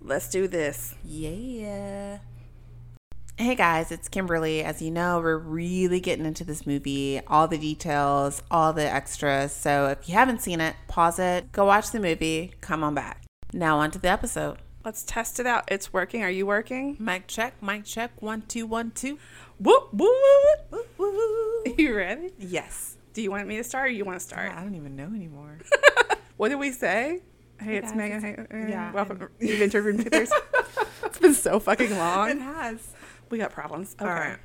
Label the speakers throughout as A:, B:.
A: Let's do this.
B: Yeah. Hey guys, it's Kimberly. As you know, we're really getting into this movie, all the details, all the extras. So if you haven't seen it, pause it, go watch the movie, come on back. Now on to the episode.
A: Let's test it out. It's working. Are you working?
B: Mic check, mic check, one, two, one, two.
A: Whoop, whoop.
B: Woo, woo, woo.
A: You ready?
B: Yes.
A: Do you want me to start or you want to start?
B: I don't even know anymore.
A: What did we say? Hey, it's
B: guys,
A: Megan. Hey, uh,
B: yeah,
A: welcome. You've entered room 230. it's been so fucking long.
B: has.
A: We got problems. Okay.
B: All right.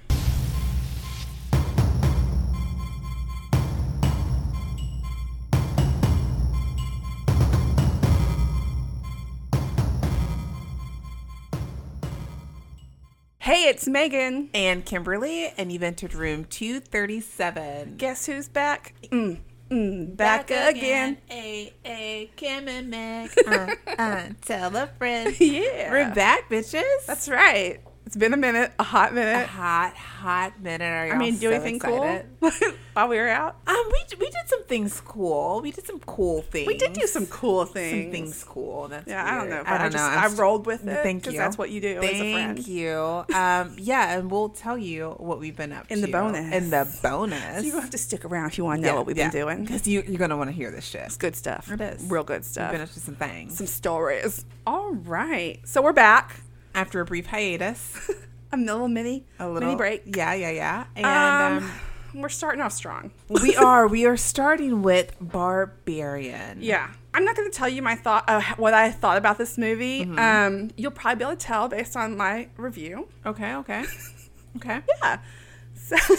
A: Hey, it's Megan.
B: And Kimberly, and you've entered room 237.
A: Guess who's back? Mm, mm, back, again.
B: A A Kim and Meg. Uh, uh, tell a friend.
A: Yeah.
B: We're back, bitches.
A: That's right. It's been a minute, a hot
B: a
A: minute.
B: hot, hot minute. Are y'all
A: I mean, do
B: so
A: anything
B: excited?
A: cool while we were out?
B: Um, we we did some things cool. We did some cool things.
A: We did do some cool things.
B: some things cool. That's
A: Yeah, I don't
B: weird.
A: know. But I,
B: don't
A: just,
B: know. I'm
A: I
B: st-
A: rolled with it.
B: Thank
A: 'cause
B: you.
A: That's what you do
B: Thank
A: as a friend.
B: you. Um, yeah, and we'll tell you what we've been up
A: In
B: to
A: the bonus.
B: In the bonus.
A: So you have to stick around if you want to know what we've been doing.
B: because you, you're gonna want to hear this shit.
A: It's good stuff.
B: It is.
A: Real good
B: We've
A: stuff.
B: been up to some things
A: Some stories. All right. So we're back.
B: after a brief hiatus,
A: A little mini,
B: a little
A: mini break.
B: Yeah, yeah, yeah. And um,
A: um, we're starting off strong.
B: we are we are starting with Barbarian.
A: Yeah. I'm not going to tell you my thought, uh, what I thought about this movie. Um, you'll probably be able to tell based on my review.
B: Okay. Okay. Okay.
A: Yeah. So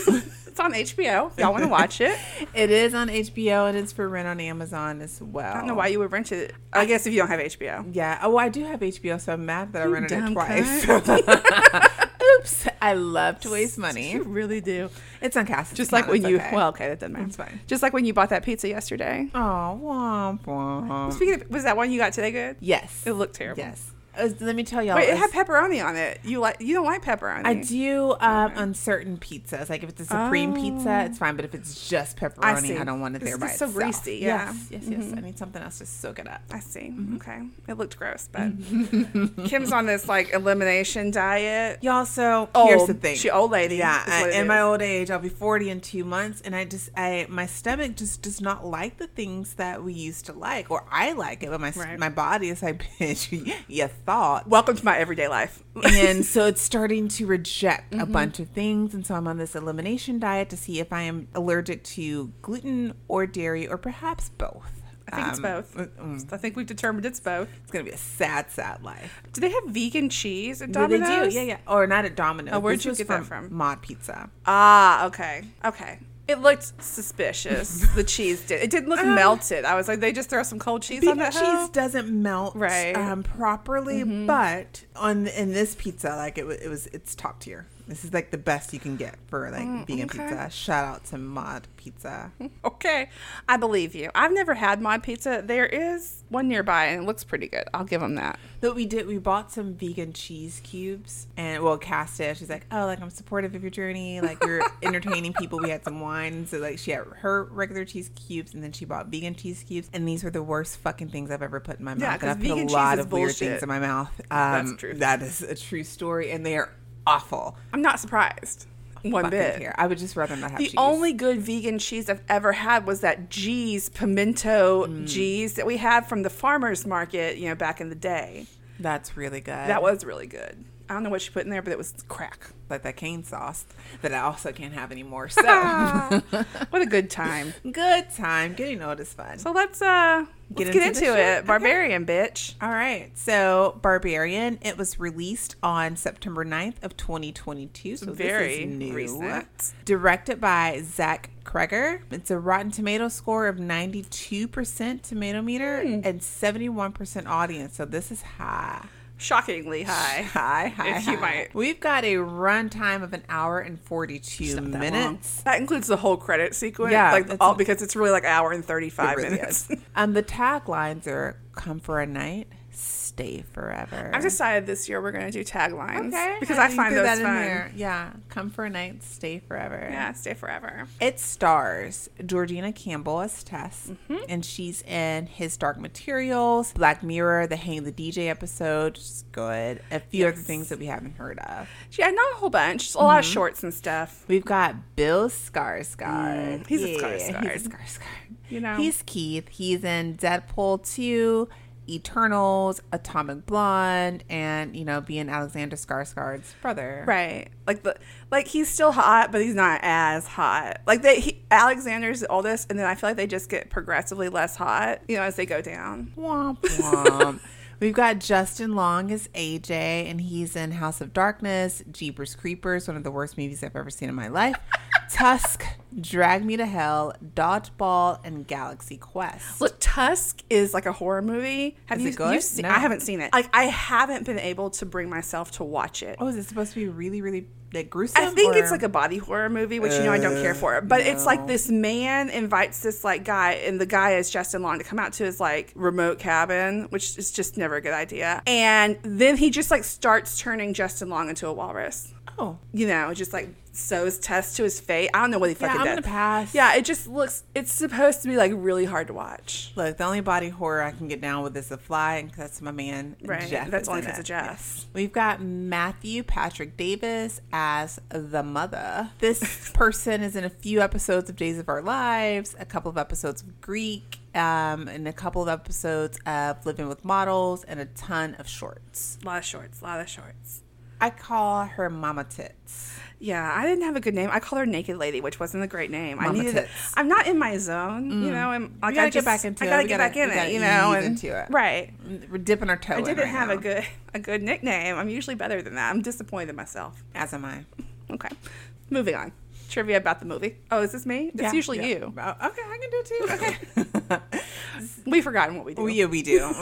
A: it's on HBO. If y'all want to watch it.
B: It is on HBO and it's for rent on Amazon as well.
A: I don't know why you would rent it. I guess if you don't have HBO.
B: Yeah. Oh, I do have HBO, so I'm mad that I rented it
A: dumb
B: twice. Oops. I love to waste money.
A: You really do.
B: It's on Cass's
A: Just like
B: account,
A: when you,
B: it's okay.
A: well, okay, that doesn't matter.
B: It's fine.
A: Just like when you bought that pizza yesterday.
B: Oh, womp womp.
A: Speaking of, was that one you got today good?
B: Yes.
A: It looked terrible.
B: Yes. Uh, let me tell y'all.
A: Wait, it
B: it's-
A: had pepperoni on it. You like? You don't like pepperoni?
B: I do um, on certain pizzas. Like if it's a supreme pizza, it's fine. But if it's just pepperoni,
A: Oh. see.
B: I, don't want it
A: It's
B: there by
A: just so
B: itself.
A: greasy, yeah. Mm-hmm.
B: Yes, yes, yes. I need something else to soak it up.
A: I see.
B: Mm-hmm.
A: Okay, it looked gross, but Kim's on this like elimination diet.
B: Y'all, so here's the
A: Old.
B: thing.
A: Oh, She old lady.
B: Oh, Yeah,
A: is
B: I,
A: what it
B: in my
A: is.
B: old age, I'll be 40 in two months, and I just, I, my stomach just does not like the things that we used to like, or I like it, but my, s
A: Right.
B: my body is like, bitch, you- you thought.
A: Welcome to my everyday life.
B: and so it's starting to reject
A: Mm-hmm.
B: a bunch of things. And so I'm on this elimination diet to see if I am allergic to gluten or dairy or perhaps both.
A: I think it's
B: Um,
A: both. I think we've determined it's both.
B: It's going to be a sad, sad life.
A: Do they have vegan cheese at
B: But
A: Domino's?
B: Yeah, yeah. Or not at Domino's.
A: Oh, where'd
B: This
A: you
B: was
A: get that from?
B: Mod Pizza.
A: Ah, okay, okay. It looked suspicious. the cheese did. It didn't look
B: Um,
A: melted. I was like, they just throw some cold cheese on
B: Beef
A: that.
B: cheese
A: hoe?
B: doesn't melt
A: Right. Mm-hmm.
B: um, properly, but on in this pizza, like it, wa- it was, it's top tier. This is like the best you can get for like vegan
A: Mm, okay.
B: pizza. Shout out to Mod Pizza.
A: Okay, I believe you. I've never had mod pizza. There is one nearby, and it looks pretty good. I'll give them that.
B: But we did. We bought some vegan cheese cubes, and well, Cass did. She's like, "Oh, like I'm supportive of your journey. Like you're entertaining people." We had some wine, so like she had her regular cheese cubes, and then she bought vegan cheese cubes, and these were the worst fucking things I've ever put in my mouth.
A: Yeah,
B: and
A: 'cause
B: I've put
A: vegan
B: a lot
A: cheese is
B: of weird
A: bullshit.
B: things in my mouth. Um,
A: the truth.
B: That is a true story, and they are awful.
A: I'm not surprised one
B: Fucking
A: bit.
B: care. I would just rather not have
A: The
B: cheese.
A: only good vegan cheese I've ever had was that G's pimento
B: Mm.
A: G's that we had from the farmers market, you know, back in the day.
B: That's really good.
A: That was really good. I don't know what she put in there, but it was crack.
B: like that cane sauce that I also can't have anymore. So
A: Oh. What a good time.
B: good time. Getting old is fun.
A: So let's uh
B: Get
A: let's get
B: into
A: into,
B: the
A: it.
B: shit? Okay.
A: Barbarian bitch.
B: All right. So Barbarian, it was released on September 9th of 2022. So
A: Very
B: this is new.
A: recent.
B: Directed by Zach Kreger. It's a Rotten Tomato score of 92% tomato meter
A: Hmm.
B: and 71% audience. So this is high.
A: Shockingly high.
B: High, high,
A: If you
B: high.
A: might.
B: We've got a runtime of an hour and 42
A: Not that
B: minutes.
A: long. That includes the whole credit sequence.
B: Yeah,
A: Like
B: that's-
A: all because it's really like hour and thirty five
B: It really
A: minutes.
B: is. um, the taglines are come for a night, stay forever.
A: I've decided this year we're going to do taglines
B: okay
A: because I,
B: think
A: find
B: throw
A: those
B: that in
A: fun.
B: there. Yeah, come for a night, stay forever.
A: Yeah, stay forever.
B: It stars Georgina Campbell as Tess,
A: Mm-hmm.
B: and she's in His Dark Materials, Black Mirror, the Hang the DJ episode, which is good. A few other things that we haven't heard of.
A: Yeah, not a whole bunch, just a lot of shorts and stuff.
B: We've got Bill Skarsgård.
A: Mm, he's a Skarsgård.
B: He's a Skarsgård.
A: You know.
B: he's Keith. He's in Deadpool two, Eternals, Atomic Blonde, and you know, being Alexander Skarsgård's brother.
A: Right. Like the like he's still hot, but he's not as hot. Like they he, Alexander's the oldest, and then I feel like they just get progressively less hot, you know, as they go down.
B: Womp womp. We've got Justin Long as AJ, and he's in House of Darkness, Jeepers Creepers, one of the worst movies I've ever seen in my life, Tusk, Drag Me to Hell, Dodgeball, and Galaxy Quest.
A: Look, Tusk is like a horror movie. Have
B: Is
A: you,
B: it good?
A: you've seen?
B: No.
A: I haven't seen it. Like I haven't been able to bring myself to watch it.
B: Oh, is it supposed to be really, really like gruesome?
A: I think it's
B: or-
A: like a body horror movie, which you know I don't care for. But it's
B: Uh,
A: like this man invites this like guy, and the guy is Justin Long to come out to his like remote cabin, which is just never a good idea. And then he just like starts turning Justin Long into a walrus.
B: oh,
A: you know, just like sews test to his face. I don't know what he
B: Yeah,
A: fucking
B: I'm
A: did.
B: gonna pass.
A: Yeah, it just looks. It's supposed to be like really hard to watch.
B: Look, the only body horror I can get down with is The Fly, and that's my man,
A: Right.
B: Jeff.
A: That's
B: is
A: only
B: in
A: because
B: it.
A: of Jeff.
B: We've got Matthew Patrick Davis as the mother. This person is in a few episodes of Days of Our Lives, a couple of episodes of Greek, um, and a couple of episodes of Living with Models, and a ton of shorts.
A: A lot of shorts. A lot of shorts.
B: I call her Mama Tits.
A: Yeah, I didn't have a good name. I called her Naked Lady, which wasn't a great name. I
B: Mama
A: needed.
B: tits. Mm.
A: I'm not in my zone, you know. I'm like
B: gotta
A: I
B: get
A: just-
B: back into
A: I
B: it.
A: gotta
B: We
A: get
B: gotta-
A: back in
B: we
A: it,
B: gotta
A: you know.
B: ease
A: And,
B: into it.
A: Right.
B: We're dipping our toe.
A: I
B: in
A: didn't
B: right
A: have a
B: now,
A: good a good nickname. I'm usually better than that. I'm disappointed in myself.
B: As am I.
A: Okay, moving on. Trivia about the movie. Oh, is this me? It's
B: Yeah,
A: usually
B: yeah.
A: you.
B: Oh, okay, I can do it too. Okay.
A: We've forgotten what we do.
B: Oh, yeah, we do.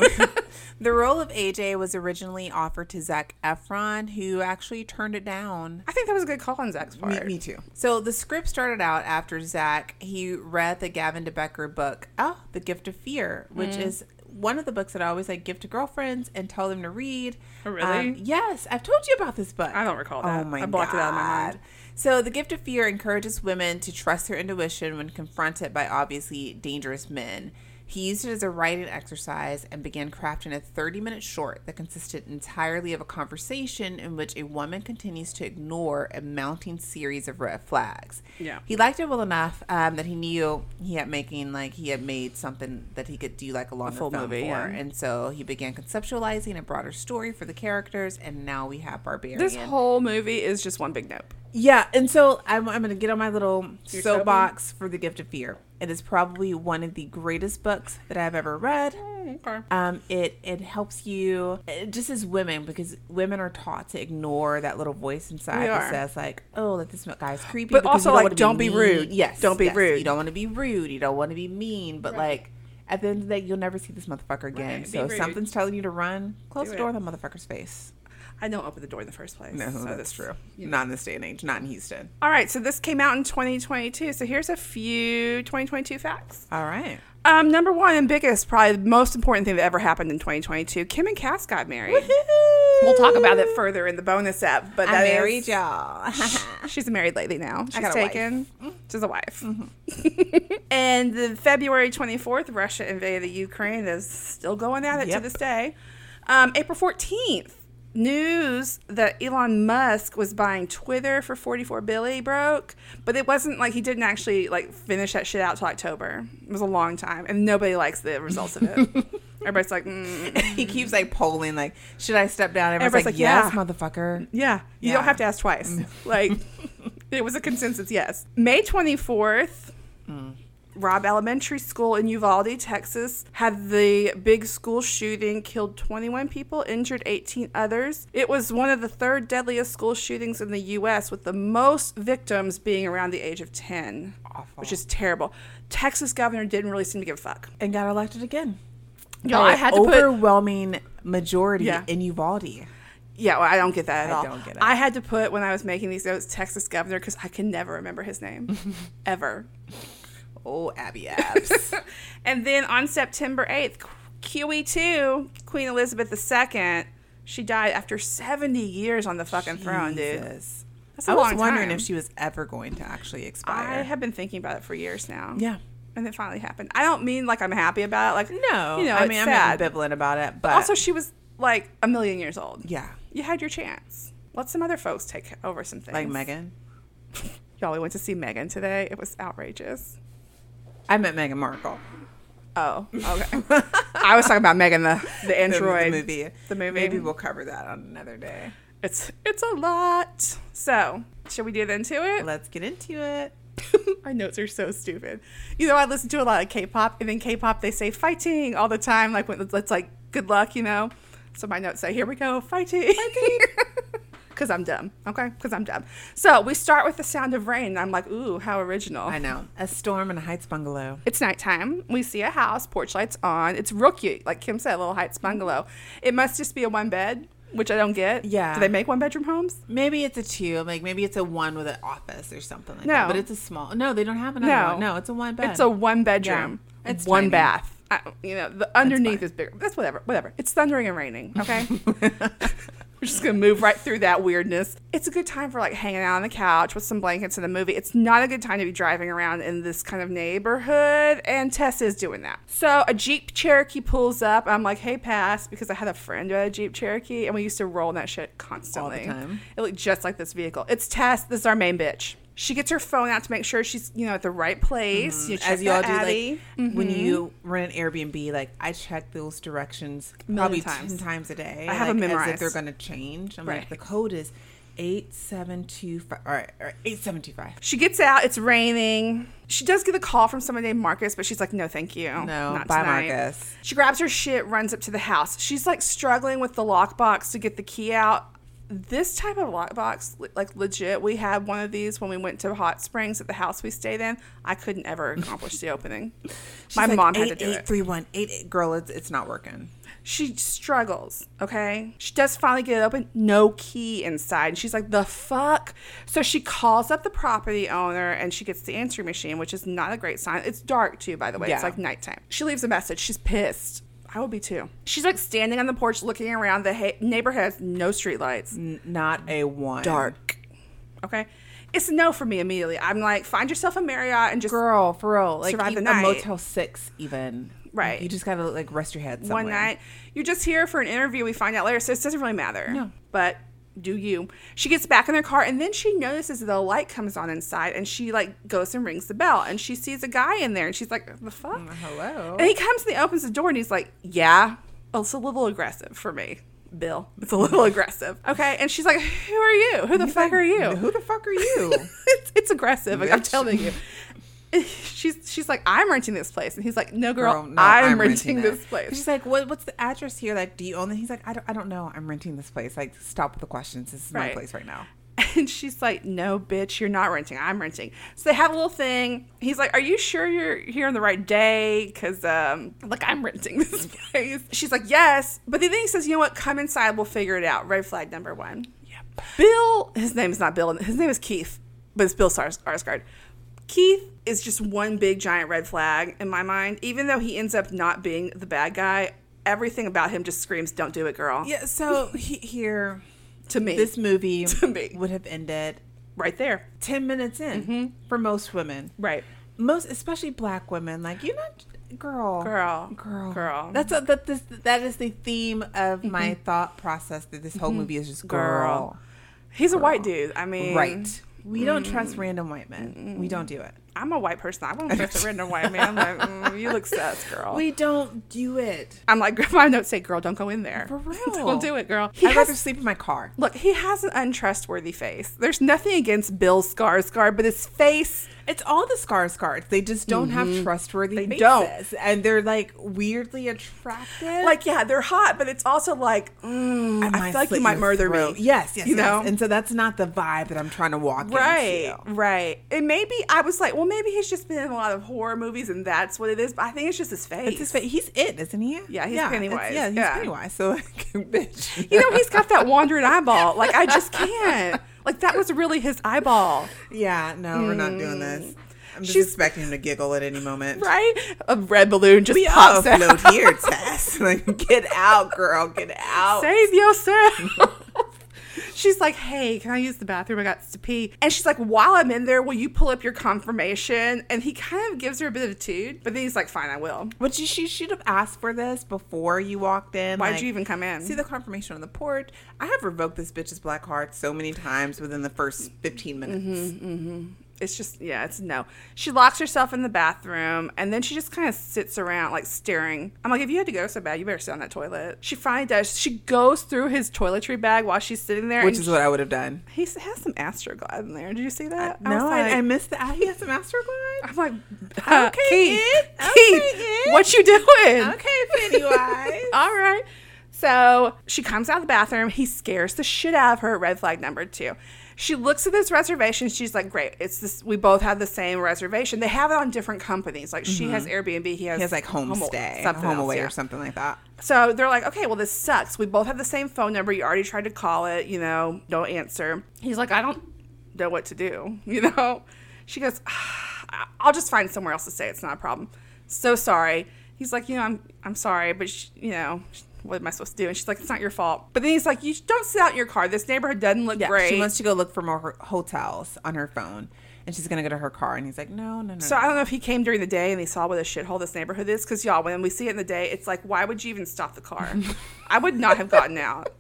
B: the role of AJ was originally offered to Zach Efron, who actually turned it down.
A: I think that was a good call on Zach's part.
B: too. So the script started out after Zach he read the Gavin De Becker book, Oh, The Gift of Fear, which
A: Mm.
B: is one of the books that I always like give to girlfriends and tell them to read. Um,
A: Oh, really?
B: yes, I've told you about this book.
A: I don't recall that.
B: Oh my
A: I blocked it out of my mind.
B: God. So the gift of fear encourages women to trust their intuition when confronted by obviously dangerous men. He used it as a writing exercise and began crafting a 30 minute short that consisted entirely of a conversation in which a woman continues to ignore a mounting series of red flags.
A: Yeah.
B: He liked it well enough um, that he knew he had making like he had made something that he could do like a longer
A: full
B: film
A: movie,
B: for.
A: yeah.
B: And so he began conceptualizing a broader story for the characters and now we have Barbarian.
A: This whole movie is just one big nope.
B: Yeah, and so I'm, I'm going to get on my little
A: Your
B: soapbox for The Gift of Fear. It is probably one of the greatest books that I've ever read.
A: Mm,
B: Um, it it helps you it, just as women because women are taught to ignore that little voice inside
A: We
B: that
A: are.
B: says like, oh, like this guy's creepy,
A: But
B: because
A: also,
B: you
A: like,
B: wanna
A: don't be
B: mean.
A: rude.
B: Yes,
A: Don't be
B: yes,
A: rude.
B: You don't want to be rude. You don't want to be mean. But like at the end of the day, you'll never see this motherfucker again.
A: Right, be
B: So if
A: rude.
B: something's telling you to run, close
A: Do
B: the door
A: it.
B: in the motherfucker's face.
A: I don't open the door in the first place.
B: No,
A: so
B: that's
A: this-
B: true. Not in this day and age. Not in Houston.
A: All right, so this came out in 2022. So here's a few 2022 facts.
B: All right.
A: Um, number one and biggest, probably the most important thing that ever happened in 2022, Kim and Cass got married. We'll talk about it further in the bonus app, but
B: I
A: that is-
B: married y'all.
A: She's a married lady now. She's
B: got a wife.
A: taken. She's a wife. and the February 24th, Russia invaded the Ukraine. That's still going at it to
B: Yep.
A: this day. Um, April 14th, news that Elon Musk was buying Twitter for 44 billion broke, but it wasn't like he didn't actually like finish that shit out till October. It was a long time, and nobody likes the results of it. Everybody's like, mm,
B: he keeps like polling, like, should I step down? Everyone's,
A: Everybody's
B: like,
A: like,
B: yes,
A: yeah.
B: motherfucker.
A: Yeah. You
B: Yeah.
A: don't have to ask twice. like, it was a consensus yes. May 24th, Rob Elementary School in Uvalde, Texas, had the big school shooting, killed 21 people, injured 18 others. It was one of the third deadliest school shootings in the U.S., with the most victims being around the age of 10,
B: Awful.
A: which is terrible. Texas governor didn't really seem to give a fuck.
B: And got elected again.
A: Y'all,
B: By
A: I had to put
B: overwhelming majority
A: Yeah.
B: in Uvalde.
A: Yeah, well, I don't get that at
B: I
A: all.
B: don't get it.
A: I had to put when I was making these notes Texas governor because I can never remember his name ever.
B: Oh, Abby Abs.
A: and then on September 8th, QE2, E Queen Elizabeth II, she died after 70 years on the fucking throne, dude.
B: Jesus.
A: That's a
B: I was
A: long
B: wondering
A: time.
B: if she was ever going to actually expire.
A: I have been thinking about it for years now.
B: yeah.
A: And it finally happened. I don't mean like I'm happy about it. Like,
B: No.
A: You know,
B: I
A: it's
B: mean,
A: sad.
B: I'm ambivalent about it, but
A: Also, she was like a million years old.
B: yeah,
A: You had your chance. Let some other folks take over some things.
B: like Megan.
A: Y'all, we went to see Megan today. It was outrageous.
B: I met Meghan Markle.
A: Oh, okay. I was talking about Megan the, the
B: The-
A: android.
B: the movie.
A: The movie.
B: Maybe we'll cover that on another day.
A: It's it's a lot. So, should we get into it?
B: Let's get into it.
A: Our notes are so stupid. You know, I listen to a lot of K-pop, and in K-pop they say fighting all the time. Like when it's like good luck, you know. So my notes say, "Here we go, fighting." Fighting. Because I'm dumb. Okay. Because I'm dumb. So we start with the sound of rain. I'm like, ooh, how original.
B: I know. Oh, A storm in a Heights bungalow.
A: It's nighttime. We see a house, porch lights on. It's real cute, like Kim said, Little Heights bungalow. It must just be a one bed, which I don't get.
B: Yeah.
A: Do they make one bedroom homes?
B: Maybe it's a two. Like maybe it's a one with an office or something like
A: No.
B: that. But it's a small. No, they don't have another
A: No.
B: one. No, it's a one bed.
A: It's a one bedroom,
B: Yeah. It's
A: one
B: tiny.
A: bath. I, you know, the underneath
B: fine.
A: is bigger. That's whatever. Whatever. It's thundering and raining. Okay. We're just gonna move right through that weirdness. It's a good time for like hanging out on the couch with some blankets and a movie. It's not a good time to be driving around in this kind of neighborhood, and Tess is doing that. So a Jeep Cherokee pulls up. I'm like, "Hey, pass," because I had a friend who had a Jeep Cherokee, and we used to roll in that shit constantly.
B: time.
A: It looked just like this vehicle. It's Tess. This is our main bitch. She gets her phone out to make sure she's, you know, at the right place. You check
B: Mm-hmm. as y'all
A: that
B: do,
A: Addy.
B: like when you
A: Mm-hmm.
B: rent an Airbnb, like I check those directions probably
A: Million times.
B: ten times a day.
A: I have
B: like,
A: them
B: As if
A: memorized.
B: they're going to change. I'm
A: Right.
B: like, the code is eight seven two five. All right, all right, eight seven two five.
A: She gets out. It's raining. She does get a call from someone named Marcus, but she's like, "No, thank you.
B: No,
A: not
B: bye,
A: tonight."
B: Marcus.
A: She grabs her shit, runs up to the house. She's like struggling with the lockbox to get the key out. This type of lockbox, le- like legit, we had one of these when we went to Hot Springs at the house we stayed in. I couldn't ever accomplish the opening. My mom had to do it.
B: Girl, it's it's not working.
A: She struggles, okay? She does finally get it open, no key inside. And she's like, the fuck? So she calls up the property owner and she gets the answering machine, which is not a great sign. It's dark too, by the way. It's
B: Yeah.
A: like nighttime. She leaves a message. She's pissed. I would be too. She's like standing on the porch looking around. The ha- neighborhood has no streetlights.
B: N- not a one.
A: Okay? It's a no for me immediately. I'm like, find yourself a Marriott and just
B: Girl, for real. Like
A: Survive the
B: even
A: night.
B: a Motel Six, even.
A: Right.
B: You just gotta like rest your head somewhere.
A: one night. You're just here for an interview. We find out later, so it doesn't really matter.
B: No.
A: But do you? She gets back in their car, and then she notices the light comes on inside, and she like goes and rings the bell, and she sees a guy in there, and she's like, "The fuck."
B: Mm, Hello.
A: And he comes and he opens the door and he's like, Yeah, it's a little aggressive for me, Bill. It's a little aggressive. Okay. And she's like, Who are you? Who the fuck are you?
B: Who the fuck are you?
A: it's, it's aggressive. Like, I'm
B: Bitch.
A: telling you. She's she's like I'm renting this place, and he's like, No, girl,
B: Girl, no,
A: I'm, renting,
B: it.
A: this place.
B: She's like, what, what's the address here? Like, do you own it? He's like, I don't, I don't know. I'm renting this place. Like, stop with the questions. This is
A: Right.
B: my place right now.
A: And she's like, "No, bitch, you're not renting. I'm renting." So they have a little thing. He's like, "Are you sure you're here on the right day? Because um, like I'm renting this place." She's like, "Yes," but then he says, "You know what? Come inside. We'll figure it out." Red flag number one. Yep. Bill. His name is not Bill. His name is Keith, but it's Bill Sars- Sarsgaard. Keith is just one big giant red flag in my mind. Even though he ends up not being the bad guy, everything about him just screams, "Don't do it, girl."
B: Yeah. So he, here,
A: To me,
B: this movie
A: To me.
B: would have ended
A: right there.
B: 10 minutes in
A: Mm-hmm.
B: for most women.
A: Right.
B: Most, especially black women. Like, you're not, girl.
A: Girl.
B: Girl.
A: Girl.
B: That's a, that, this, that is the theme of my thought process that this whole movie is just girl.
A: girl. Mm. He's a white dude. I mean,
B: Right. We don't trust random white men. We don't do it.
A: I'm a white person. I won't trust a random white man. Like, mm, you look sus, girl.
B: We don't do it.
A: I'm like, my notes say, girl, don't go in there.
B: For real.
A: don't do it, girl. He
B: I'd
A: has,
B: rather sleep in my car.
A: look, he has an untrustworthy face. There's nothing against Bill Skarsgård, but his face.
B: It's all the scars cards. They just don't have trustworthy
A: They
B: faces.
A: don't.
B: And they're like weirdly attractive.
A: Like, yeah, they're hot, but it's also like, mm, I, feel like
B: slit
A: you might
B: your
A: murder
B: throat.
A: me.
B: Yes, yes,
A: You
B: you
A: know?
B: And so that's not the vibe that I'm trying to walk
A: Right,
B: into.
A: right. And maybe I was like, well, maybe he's just been in a lot of horror movies and that's what it is. But I think it's just his face.
B: It's his face. He's it, isn't he?
A: Yeah, he's
B: it's-
A: Pennywise.
B: Yeah, he's
A: Yeah.
B: Pennywise. So, like, bitch.
A: You know, he's got that wandering eyeball. Like, I just can't. Like, that was really his eyeball.
B: yeah, no, we're not doing this. I'm just
A: She's-
B: expecting him to giggle at any moment.
A: Right? A red balloon just
B: We all
A: pops out.
B: float here, Tess. Like, get out, girl. Get out.
A: Save yourself. she's like, hey, can I use the bathroom? I got to pee. And she's like, while I'm in there, will you pull up your confirmation? And he kind of gives her a bit of a toot, but then he's like, fine, I will.
B: But you, she should have asked for this before you walked in.
A: Why'd
B: like,
A: you even come in?
B: See the confirmation on the porch. I have revoked this bitch's black card so many times within the first 15 minutes.
A: it's just, yeah, it's no. She locks herself in the bathroom and then she just kind of sits around, like staring. I'm like, if you had to go so bad, you better sit on that toilet. She finally does. She goes through his toiletry bag while she's sitting there.
B: Which
A: and
B: is what I would have done.
A: he s- has some Astroglide in there. Did you see that?
B: no,
A: was
B: I,
A: like-
B: I missed the. He has a master glide.
A: I'm like, uh,
B: Okay,
A: Keith,
B: Ed. Okay,
A: Keith,
B: Ed.
A: what you doing?
B: Okay, Pennywise.
A: All right. So she comes out of the bathroom. He scares the shit out of her. Red flag number two. She looks at this reservation. She's like, great. It's this. We both have the same reservation. They have it on different companies. Like she has Airbnb. He has,
B: Mm-hmm. he has like homestay,
A: something
B: home
A: else,
B: away
A: yeah.
B: or something like that.
A: So they're like, okay, well, this sucks. We both have the same phone number. You already tried to call it, you know, don't answer. He's like, I don't know what to do, you know? She goes, "Ah, I'll just find somewhere else to stay. It's not a problem. So sorry. He's like, you know, I'm, I'm sorry, but, sh you know, sh- what am I supposed to do? And she's like, it's not your fault. But then he's like, you don't sit out in your car. This neighborhood doesn't look great.
B: She wants to go look for more ho- hotels on her phone, and she's gonna go to her car. And he's like, no, no, no.
A: So
B: no.
A: I don't know if he came during the day and he saw what a shithole this neighborhood is. Because y'all, when we see it in the day, it's like, why would you even stop the car? I would not have gotten out.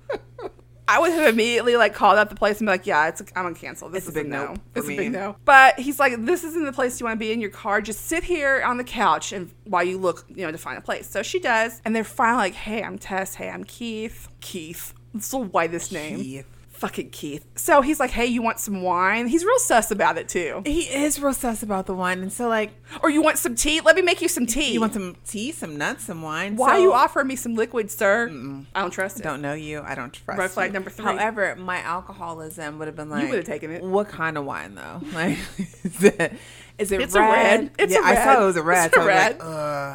A: I would have immediately like called up the place and be like, yeah, it's I'm gonna cancel. This
B: It's
A: is a big no.
B: nope for
A: It's a
B: me.
A: big no. But he's like, this isn't the place you want to be in your car. Just sit here on the couch and while you look, you know, to find a place. So she does, and they're finally like, hey, I'm Tess. Hey, I'm Keith. Keith. So why this name?
B: Keith.
A: Fucking Keith. So he's like, hey, you want some wine? He's real sus about it too.
B: he is real sus about the wine, and so like,
A: Or you want some tea? Let me make you some tea.
B: you want some tea, some nuts, some wine.
A: Why
B: so-
A: you offering me some liquid, sir? I don't trust it.
B: Don't know you. I don't trust.
A: Red flag
B: you.
A: number three.
B: However, my alcoholism would have been like
A: would've taken it.
B: What kind of wine though? Like, is it, is it
A: It's a
B: red?
A: red. It's
B: yeah,
A: a
B: I saw
A: red.
B: it was a red.
A: It's a
B: so I was like,
A: red.
B: "Ugh."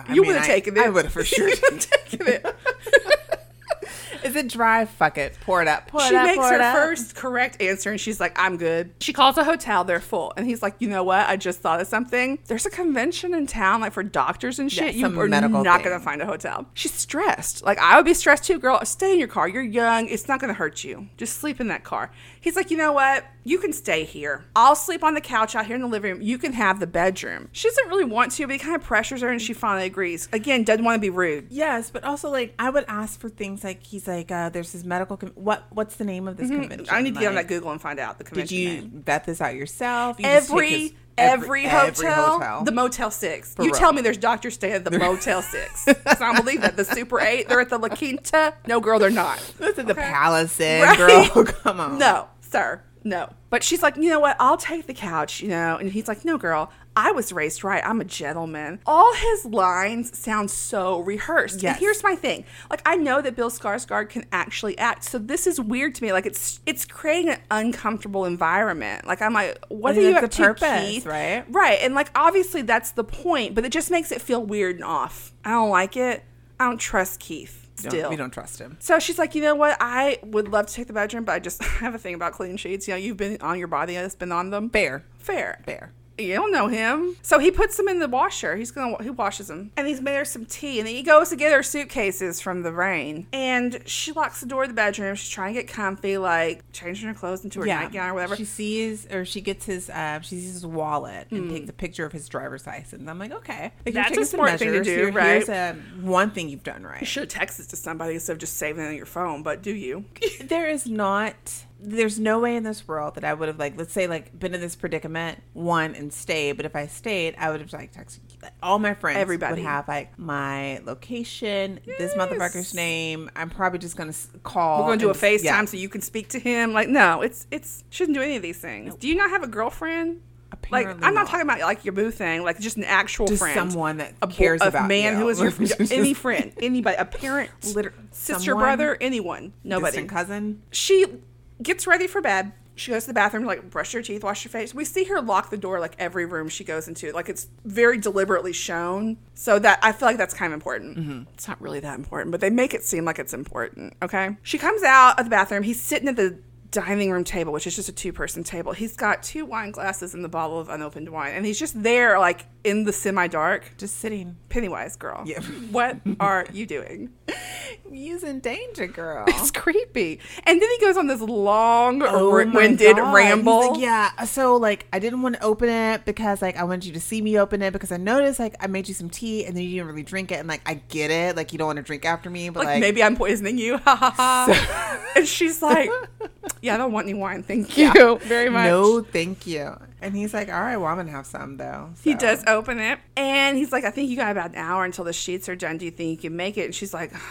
B: I
A: you
B: mean,
A: would have
B: I-
A: taken it.
B: I would have for sure.
A: You would have taken it.
B: is it dry? Fuck it. Pour it up. Pour
A: she
B: it up,
A: makes
B: pour
A: her
B: it up.
A: first correct answer, and she's like, "I'm good." She calls a hotel. They're full, and he's like, "You know what? I just thought of something. There's a convention in town, like for doctors and shit.
B: some
A: you are not
B: medical
A: gonna
B: thing.
A: find a hotel." She's stressed. Like I would be stressed too, girl. Stay in your car. You're young. It's not gonna hurt you. Just sleep in that car. He's like, "You know what? You can stay here. I'll sleep on the couch out here in the living room. You can have the bedroom." She doesn't really want to, but he kind of pressures her, and she finally agrees. Again, doesn't want to be rude.
B: Yes, but also like I would ask for things like he's like uh, there's this medical com- what what's the name of this convention?
A: Mm-hmm. I need to get on
B: Like,
A: that Google and find out the
B: Did
A: convention
B: you
A: name.
B: vet this out yourself? You just take his-
A: every every, hotel, the
B: The
A: Motel Six.
B: For
A: you
B: real.
A: tell me there's doctors staying at the Motel Six. It's not believe that the Super Eight. They're at the La Quinta. No, girl, they're not.
B: this is the palace in
A: Right?
B: girl. Come on.
A: No, sir, no. But she's like, you know what? I'll take the couch, you know. And he's like, no, girl. I was raised right. I'm a gentleman. All his lines sound so rehearsed.
B: Yes.
A: And here's my thing. Like I know that Bill Skarsgård can actually act. So this is weird to me. Like it's it's creating an uncomfortable environment. Like I'm like, what
B: I
A: are
B: think
A: you up
B: that's
A: to,
B: the purpose,
A: Keith?
B: right?
A: Right. And like obviously that's the point, but it just makes it feel weird and off. I don't like it. I don't trust Keith
B: Don't-
A: still.
B: we don't trust him.
A: So she's like, you know what? I would love to take the bedroom, but I just have a thing about clean sheets. You know, you've been on your body and it's been on them.
B: Bear,
A: Fair.
B: bear.
A: You don't know him. So he puts them in the washer. He's gonna he washes them, and he's made her some tea, and then he goes to get her suitcases from the rain. And she locks the door of the bedroom. She's trying to get comfy, like changing her clothes into her nightgown or whatever.
B: She sees or she gets his uh, she sees his wallet and takes a picture of his driver's license. I'm like, okay,
A: Hmm.
B: like, you're
A: That's a
B: taking some
A: smart thing to
B: measures.
A: do,
B: Here-
A: right?
B: Here's uh, one thing you've done right.
A: you should text this to somebody instead of just saving it on your phone. But do you?
B: there is not there's no way in this world that I would have like let's say like been in this predicament one and stayed but if I stayed I would have like texted like, all my friends
A: Everybody.
B: would have like my location this
A: Yes.
B: motherfucker's name I'm probably just gonna s- call
A: We're gonna do a
B: and-
A: FaceTime
B: yeah.
A: so you can speak to him. Like, no, it's it's shouldn't do any of these things. Do you not have a girlfriend? like,
B: Apparently
A: I'm not,
B: not.
A: talking about like your boo thing. Like, just an actual
B: Just
A: friend,
B: someone that
A: a bo-
B: cares
A: a
B: about
A: man
B: you.
A: who is your any friend, anybody, a parent,
B: Liter-
A: sister,
B: someone.
A: brother, anyone, nobody.
B: distant cousin
A: She gets ready for bed. She goes to the bathroom, to, like brush her teeth, wash her face. We see her lock the door like every room she goes into. Like it's very deliberately shown, so that I feel like that's kind of important. It's not really that important, but they make it seem like it's important. Okay. She comes out of the bathroom. He's sitting at the dining room table, which is just a two person table. He's got two wine glasses and the bottle of unopened wine. And he's just there, like in the semi dark.
B: Just sitting.
A: Pennywise girl.
B: Yep.
A: What are you doing?
B: Using danger, girl.
A: It's creepy. And then he goes on this long
B: Oh my
A: winded
B: God.
A: ramble.
B: He's like, yeah. So like, I didn't want to open it because like I wanted you to see me open it because I noticed like I made you some tea and then you didn't really drink it and like I get it like you don't want to drink after me but
A: like,
B: like,
A: maybe I'm poisoning you. Ha ha ha. and she's like, Yeah, I don't want any wine. Thank you very much.
B: no thank you. And he's like, all right, well I'm gonna have some though.
A: He
B: So-
A: does open it and he's like, I think you got about an hour until the sheets are done. Do you think you can make it? And she's like,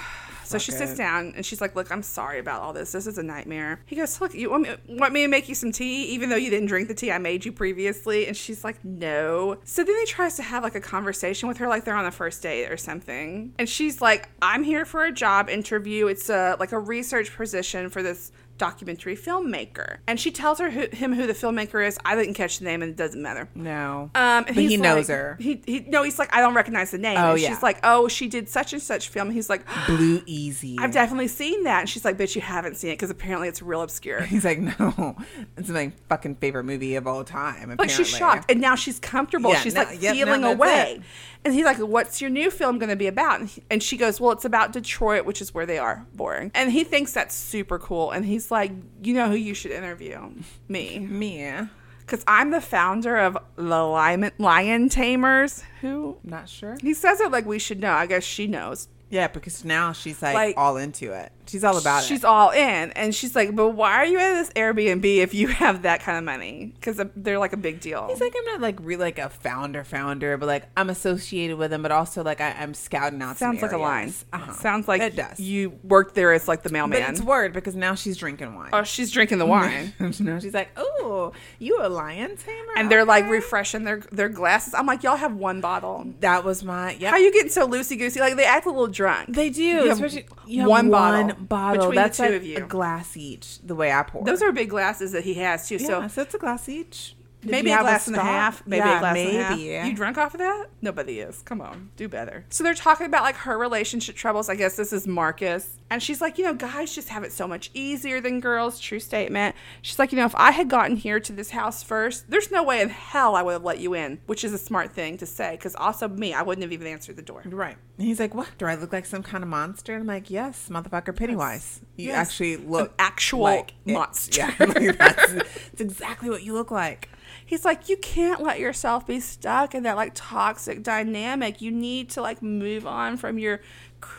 A: So she
B: Fuck
A: sits
B: it.
A: down and she's like, Look, I'm sorry about all this. This is a nightmare. He goes, Look, you want me, want me to make you some tea, even though you didn't drink the tea I made you previously? And she's like, No. So then he tries to have like a conversation with her, like they're on a first date or something. And she's like, I'm here for a job interview. It's a like a research position for this documentary filmmaker. And she tells her who, him who the filmmaker is. I didn't catch the name and it doesn't matter.
B: No.
A: Um,
B: but
A: he's
B: he knows
A: like-
B: her.
A: He, he no, he's like, I don't recognize the name.
B: Oh,
A: and
B: yeah.
A: She's like, oh, she did such and such film. He's like,
B: Blue Easy.
A: I've definitely seen that. And she's like, bitch, you haven't seen it because apparently it's real obscure.
B: He's like, no, it's my fucking favorite movie of all time.
A: But
B: apparently.
A: she's shocked, and now she's comfortable.
B: Yeah,
A: she's
B: no,
A: like
B: yep, no,
A: feeling
B: that's
A: away.
B: it.
A: And he's like, "What's your new film going to be about?" And, he- and she goes, "Well, it's about Detroit, which is where they are." Boring. And he thinks that's super cool. And he's like, "You know who you should interview? Me."
B: Me,
A: Because I'm the founder of the Lion, Lion Tamers. Who?
B: not sure.
A: He says it like we should know. I guess she knows.
B: Yeah, because now she's like,
A: Like-
B: all into it. She's all about
A: she's
B: it.
A: all in. And she's like, but why are you at this Airbnb if you have that kind of money? Because they're like a big deal.
B: He's like, I'm not like re like a founder founder, but like I'm associated with him, but also like I, I'm scouting out. some
A: Sounds like a line.
B: areas. Uh-huh.
A: Sounds like
B: it does.
A: you worked there as like the
B: but
A: mailman.
B: it's word because now she's drinking wine.
A: oh, she's drinking the wine.
B: now she's like, oh, you a lion tamer?
A: and they're like
B: Okay.
A: refreshing their, their glasses. I'm like, y'all have one bottle.
B: that was my yeah.
A: How you getting so loosey goosey? Like they act a little drunk.
B: They do.
A: have
B: especially you have
A: one
B: one
A: bottle
B: bottle.
A: between the
B: That's
A: two
B: like
A: of you.
B: a glass each. The way I pour.
A: Those are big glasses that he has too.
B: yeah, so,
A: so
B: it's a glass each. Did
A: Maybe
B: you
A: a
B: have
A: glass and a
B: stock?
A: half. Maybe
B: Yeah,
A: a glass
B: maybe.
A: and a half. You drunk off of that? Nobody is. Come on, do better. So they're talking about like her relationship troubles. I guess this is Marcus. And she's like, you know, guys just have it so much easier than girls. True statement. She's like, you know, if I had gotten here to this house first, there's no way in hell I would have let you in, which is a smart thing to say. Because also me, I wouldn't have even answered the door.
B: Right. And he's like, What? Do I look like some kind of monster? And I'm like, Yes, motherfucker, Pennywise. You
A: Yes.
B: actually look
A: An actual
B: like it."
A: monster.
B: Yeah, like that's, it's exactly what you look like.
A: He's like, you can't let yourself be stuck in that like toxic dynamic. You need to like move on from your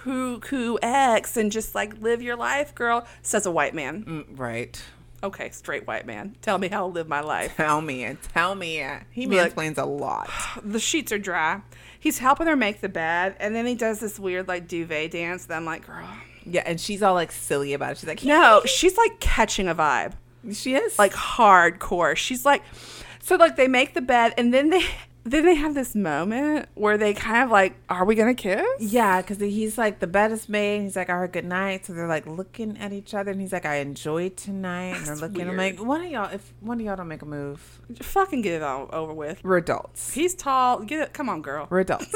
A: cuckoo ex and just like live your life, girl. Says a white man.
B: Mm, Right.
A: Okay, straight white man. Tell me how to live my life.
B: Tell me it. Tell me it. He
A: Look.
B: mansplains a lot.
A: The sheets are dry. He's helping her make the bed, and then he does this weird like duvet dance. And I'm like, girl,
B: Yeah, and she's all like silly about it. She's like,
A: no. She's like catching a vibe.
B: she is.
A: like hardcore. She's like, so like they make the bed and then they then they have this moment where they kind of like, are we gonna kiss?
B: Yeah, because he's like, the bed is made. And he's like, all right, good night. So they're like looking at each other, and he's like, I enjoyed tonight. And they're
A: That's
B: looking. I'm
A: weird.
B: like, one of y'all, if one of y'all don't make a move,
A: Fucking get it all over with.
B: we're adults.
A: He's tall. Get it. Come on, girl.
B: We're adults.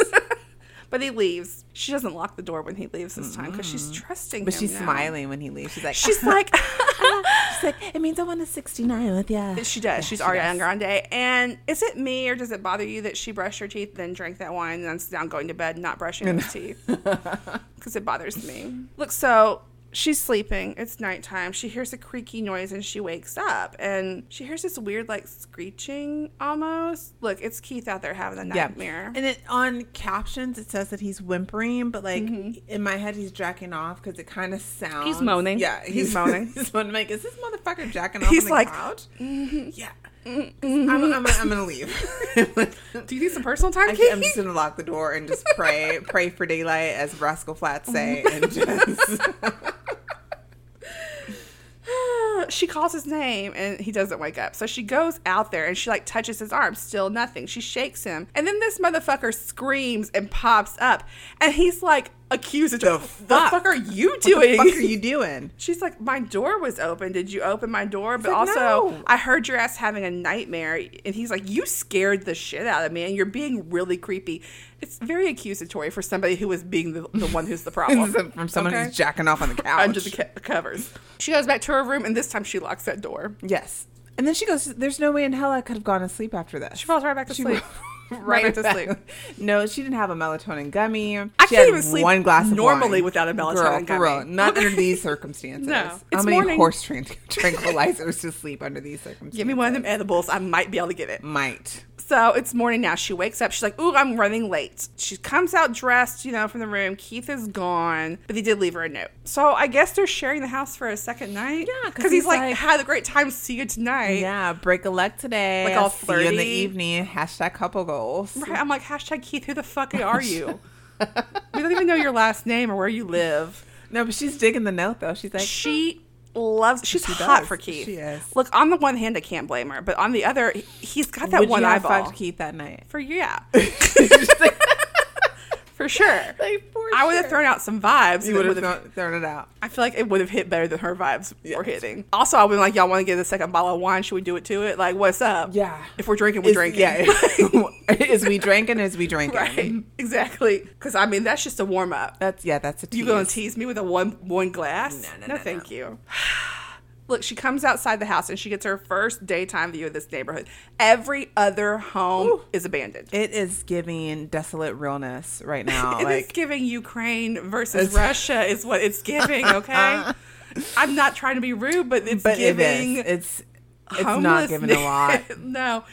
A: But he leaves. She doesn't lock the door when he leaves this time because she's trusting
B: But
A: him.
B: she's
A: now.
B: smiling when he leaves. She's like,
A: She's like,
B: She's like, it means I want a 69 with you.
A: she does. she's
B: she
A: Ariana
B: does.
A: Grande. And is it me or does it bother you that she brushed her teeth, then drank that wine, and then is now going to bed and not brushing her teeth? because it bothers me. Look, so she's sleeping. It's nighttime. She hears a creaky noise and she wakes up and she hears this weird, like, screeching almost. Look, it's Keith out there having a nightmare.
B: And it, on captions, it says that he's whimpering, but like in my head, he's jacking off because it kind of sounds.
A: He's moaning.
B: Yeah,
A: He's moaning.
B: He's moaning. Like, is this motherfucker jacking off
A: He's
B: on the
A: like,
B: couch? Yeah. I'm, I'm, gonna- I'm gonna leave.
A: Do you need some personal time,
B: I
A: Keith?
B: am just gonna lock the door and just pray, pray for daylight, as Rascal Flats say, and just
A: she calls his name and he doesn't wake up. So she goes out there and she like touches his arm, still nothing. She shakes him. And then this motherfucker screams and pops up. And he's like, accusatory.
B: The
A: The fuck,
B: fuck?
A: are you
B: What the
A: doing?
B: fuck are you doing?
A: She's like, my door was open. Did you open my door? But
B: like,
A: also,
B: "No."
A: I heard your ass having a nightmare. And he's like, you scared the shit out of me, and you're being really creepy. It's very accusatory for somebody who is being the, the one who's the problem.
B: From someone
A: Okay?
B: who's jacking off on the couch.
A: under the ca- covers. She goes back to her room, and this time she locks that door.
B: yes. And then she goes, "There's no way in hell I could have gone to sleep after this."
A: She falls right back to
B: She
A: sleep. right
B: Right
A: back to sleep.
B: No, she didn't have a melatonin gummy. I
A: can't even sleep normally without a
B: Girl,
A: melatonin
B: for
A: gummy.
B: real, Not under these circumstances.
A: No.
B: How
A: It's
B: many
A: morning.
B: horse tran- tranquilizers to sleep under these circumstances?
A: Give me one of them edibles. I might be able to get it.
B: Might.
A: So it's morning now. She wakes up. She's like, Ooh, I'm running late. She comes out dressed, you know, from the room. Keith is gone, but he did leave her a note. So I guess they're sharing the house for a second night.
B: Yeah, 'cause
A: Because he's,
B: he's
A: like,
B: like-
A: Had a great time. See you tonight.
B: Yeah, break a leg today.
A: Like all
B: I'll see you in the
A: flirty.
B: evening. Hashtag couple goals.
A: Right. I'm like, Hashtag Keith, who the fuck are you? we don't even know your last name or where you live.
B: No, but she's digging the note though. She's like,
A: She loves. She's
B: She
A: hot
B: does.
A: for Keith.
B: She is.
A: Look, on the one hand, I can't blame her, but on the other, he- he's got that
B: "Would
A: one
B: you have
A: eyeball.
B: fucked Keith that night?"
A: For yeah,
B: She's like,
A: for sure.
B: like, for
A: I would have
B: sure.
A: thrown out some vibes. and
B: You
A: it
B: would have
A: would've-
B: thrown, thrown it out.
A: I feel like it would have hit better than her vibes were hitting. Also, I would been like, y'all want to get a second bottle of wine? Should we do it to it? Like, what's up?
B: Yeah.
A: If we're drinking, we're
B: Is-
A: drinking.
B: Yeah. is we drinking? Is we drinking?
A: right. Exactly. Because I mean, that's just a warm up.
B: That's yeah. That's a tease.
A: You gonna tease me with a one one glass?
B: No, no, no,
A: thank you. Look, she comes outside the house and she gets her first daytime view of this neighborhood. Every other home
B: Ooh.
A: is abandoned.
B: It is giving desolate realness right now.
A: It is
B: like
A: giving Ukraine versus Russia is what it's giving. Okay, I'm not trying to be rude, but it's
B: but it
A: giving
B: is. It's it's not giving a lot.
A: homelessness. no.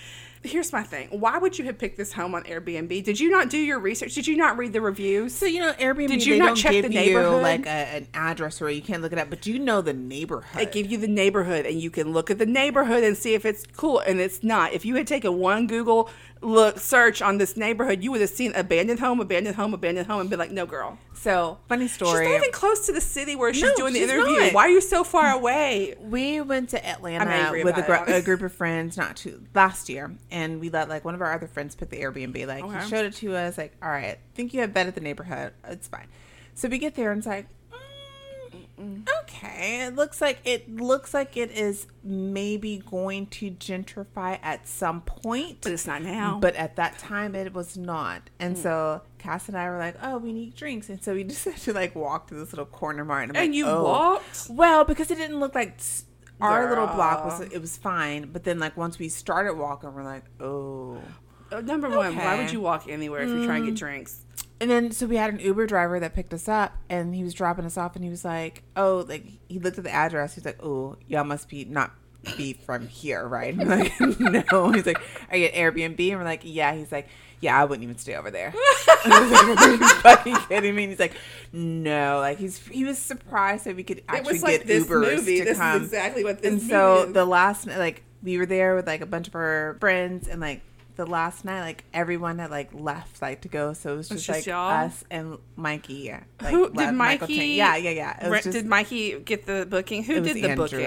A: Here's my thing. Why would you have picked this home on Airbnb? Did you not do your research? Did you not read the reviews?
B: So you know Airbnb
A: Did you
B: they
A: not
B: don't
A: check
B: give
A: the
B: you
A: neighborhood?
B: like a, an address where you can't look it up, but you know the neighborhood.
A: They give you the neighborhood, and you can look at the neighborhood and see if it's cool. And it's not. If you had taken one Google look search on this neighborhood, you would have seen abandoned home, abandoned home, abandoned home, and been like, "No, girl,
B: so funny story.
A: she's not even close to the city where she's
B: No,
A: doing the
B: she's
A: interview.
B: not.
A: Why are you so far away?"
B: we went to
A: I'm
B: Atlanta
A: angry
B: with a,
A: about it,
B: gr- a group of friends not too last year, and we let like one of our other friends pick the Airbnb. Like
A: Okay.
B: he showed it to us. Like all right, I think you have bed at the neighborhood. It's fine. So we get there and it's like. mm, Okay, it looks like it looks like it is maybe going to gentrify at some point.
A: But it's not Mm. now.
B: But at that time, it was not. And so Cass and I were like, oh, we need drinks. And so we decided to like walk to this little corner mart. I'm
A: And
B: like,
A: you
B: oh.
A: walked?
B: Well, because it didn't look like s- our little block was,
A: Girl.
B: it was fine. But then like once we started walking, we're like, oh.
A: Uh, Number one, why
B: Okay.
A: would you walk anywhere if you're trying to get drinks?
B: And then so we had an Uber driver that picked us up and he was dropping us off and he was like, oh, like he looked at the address. He's like, oh, y'all must be not be from here, right? I'm like, no. He's like, are you at Airbnb? And we're like, yeah. He's like, yeah, I wouldn't even stay over there. I was like, are you fucking kidding me? And he's like, no. Like he's he was surprised that we could actually get Ubers to
A: This
B: come.
A: is exactly what this
B: and
A: movie
B: so
A: is.
B: the last night, like we were there with like a bunch of our friends and like the last night like everyone had like left like to go so it was just,
A: just
B: like
A: y'all?
B: us and mikey like,
A: Who did
B: left. Michael
A: Mikey
B: Chan- yeah yeah yeah it
A: Re-
B: was just,
A: did Mikey get the booking? Who did
B: It was
A: the
B: Andrew.
A: booking?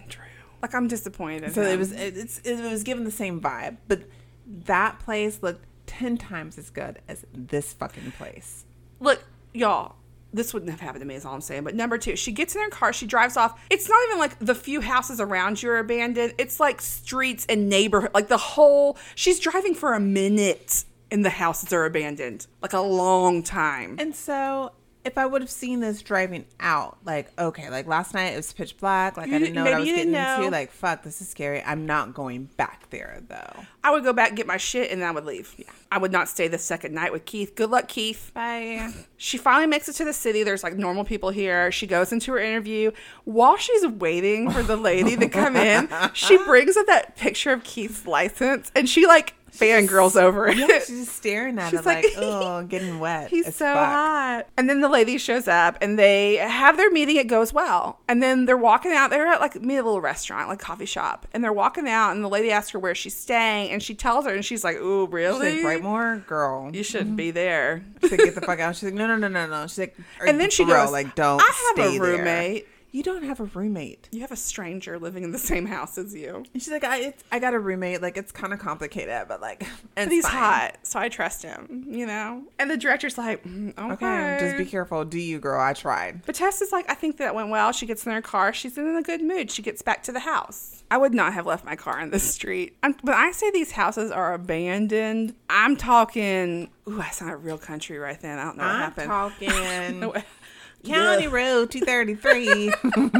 A: Andrew. Like I'm disappointed. in
B: so it
A: him.
B: was it, it's, it was given the same vibe but that place looked 10 times as good as this fucking place
A: look, y'all. This wouldn't have happened to me, is all I'm saying. But number two, she gets in her car, she drives off. It's not even like the few houses around you are abandoned. It's like streets and neighborhood, like the whole. She's driving for a minute, and the houses are abandoned, like a long time.
B: And so if I would have seen this driving out, like, okay, like last night it was pitch black, like
A: You
B: I
A: didn't-
B: didn't know what I
A: maybe
B: was
A: you
B: getting
A: didn't know.
B: into, like, fuck, this is scary. I'm not going back there though.
A: I would go back, get my shit, and then I would leave. I would not stay the second night with Keith. Good luck, Keith.
B: Bye.
A: She finally makes it to the city. There's like normal people here. She goes into her interview. While she's waiting for the lady to come in, she brings up that picture of Keith's license and she like fangirls over it.
B: Yeah, she's just staring at
A: She's
B: it like,
A: like,
B: oh, getting wet.
A: He's
B: as
A: so
B: fuck."
A: hot. And then the lady shows up and they have their meeting. It goes well. And then they're walking out. They're at like me a little restaurant, like coffee shop. And they're walking out and the lady asks her where she's staying and she tells her and she's like, Ooh,
B: She's
A: really?
B: like, Brightmore, girl.
A: you shouldn't be there.
B: She's like, get the fuck out. She's like, no, no, no, no, no. She's like,
A: And then she
B: bro,
A: goes,
B: like, don't.
A: I have a
B: stay there."
A: roommate.
B: you don't have a roommate.
A: You have a stranger living in the same house as you.
B: And she's like, I, it's, I got a roommate. Like, it's kind of complicated, but like,
A: But
B: it's
A: he's
B: fine.
A: hot, so I trust him, you know? And the director's like, "Mm, okay.
B: Okay, just be careful. Do you, girl? I tried.
A: But Tess is like, I think that went well. She gets in her car. She's in a good mood. She gets back to the house. I would not have left my car in the street. I'm, when I say these houses are abandoned, I'm talking. Ooh, I sound like real country right then. I don't know what happened.
B: talking
A: No,
B: County Road 233.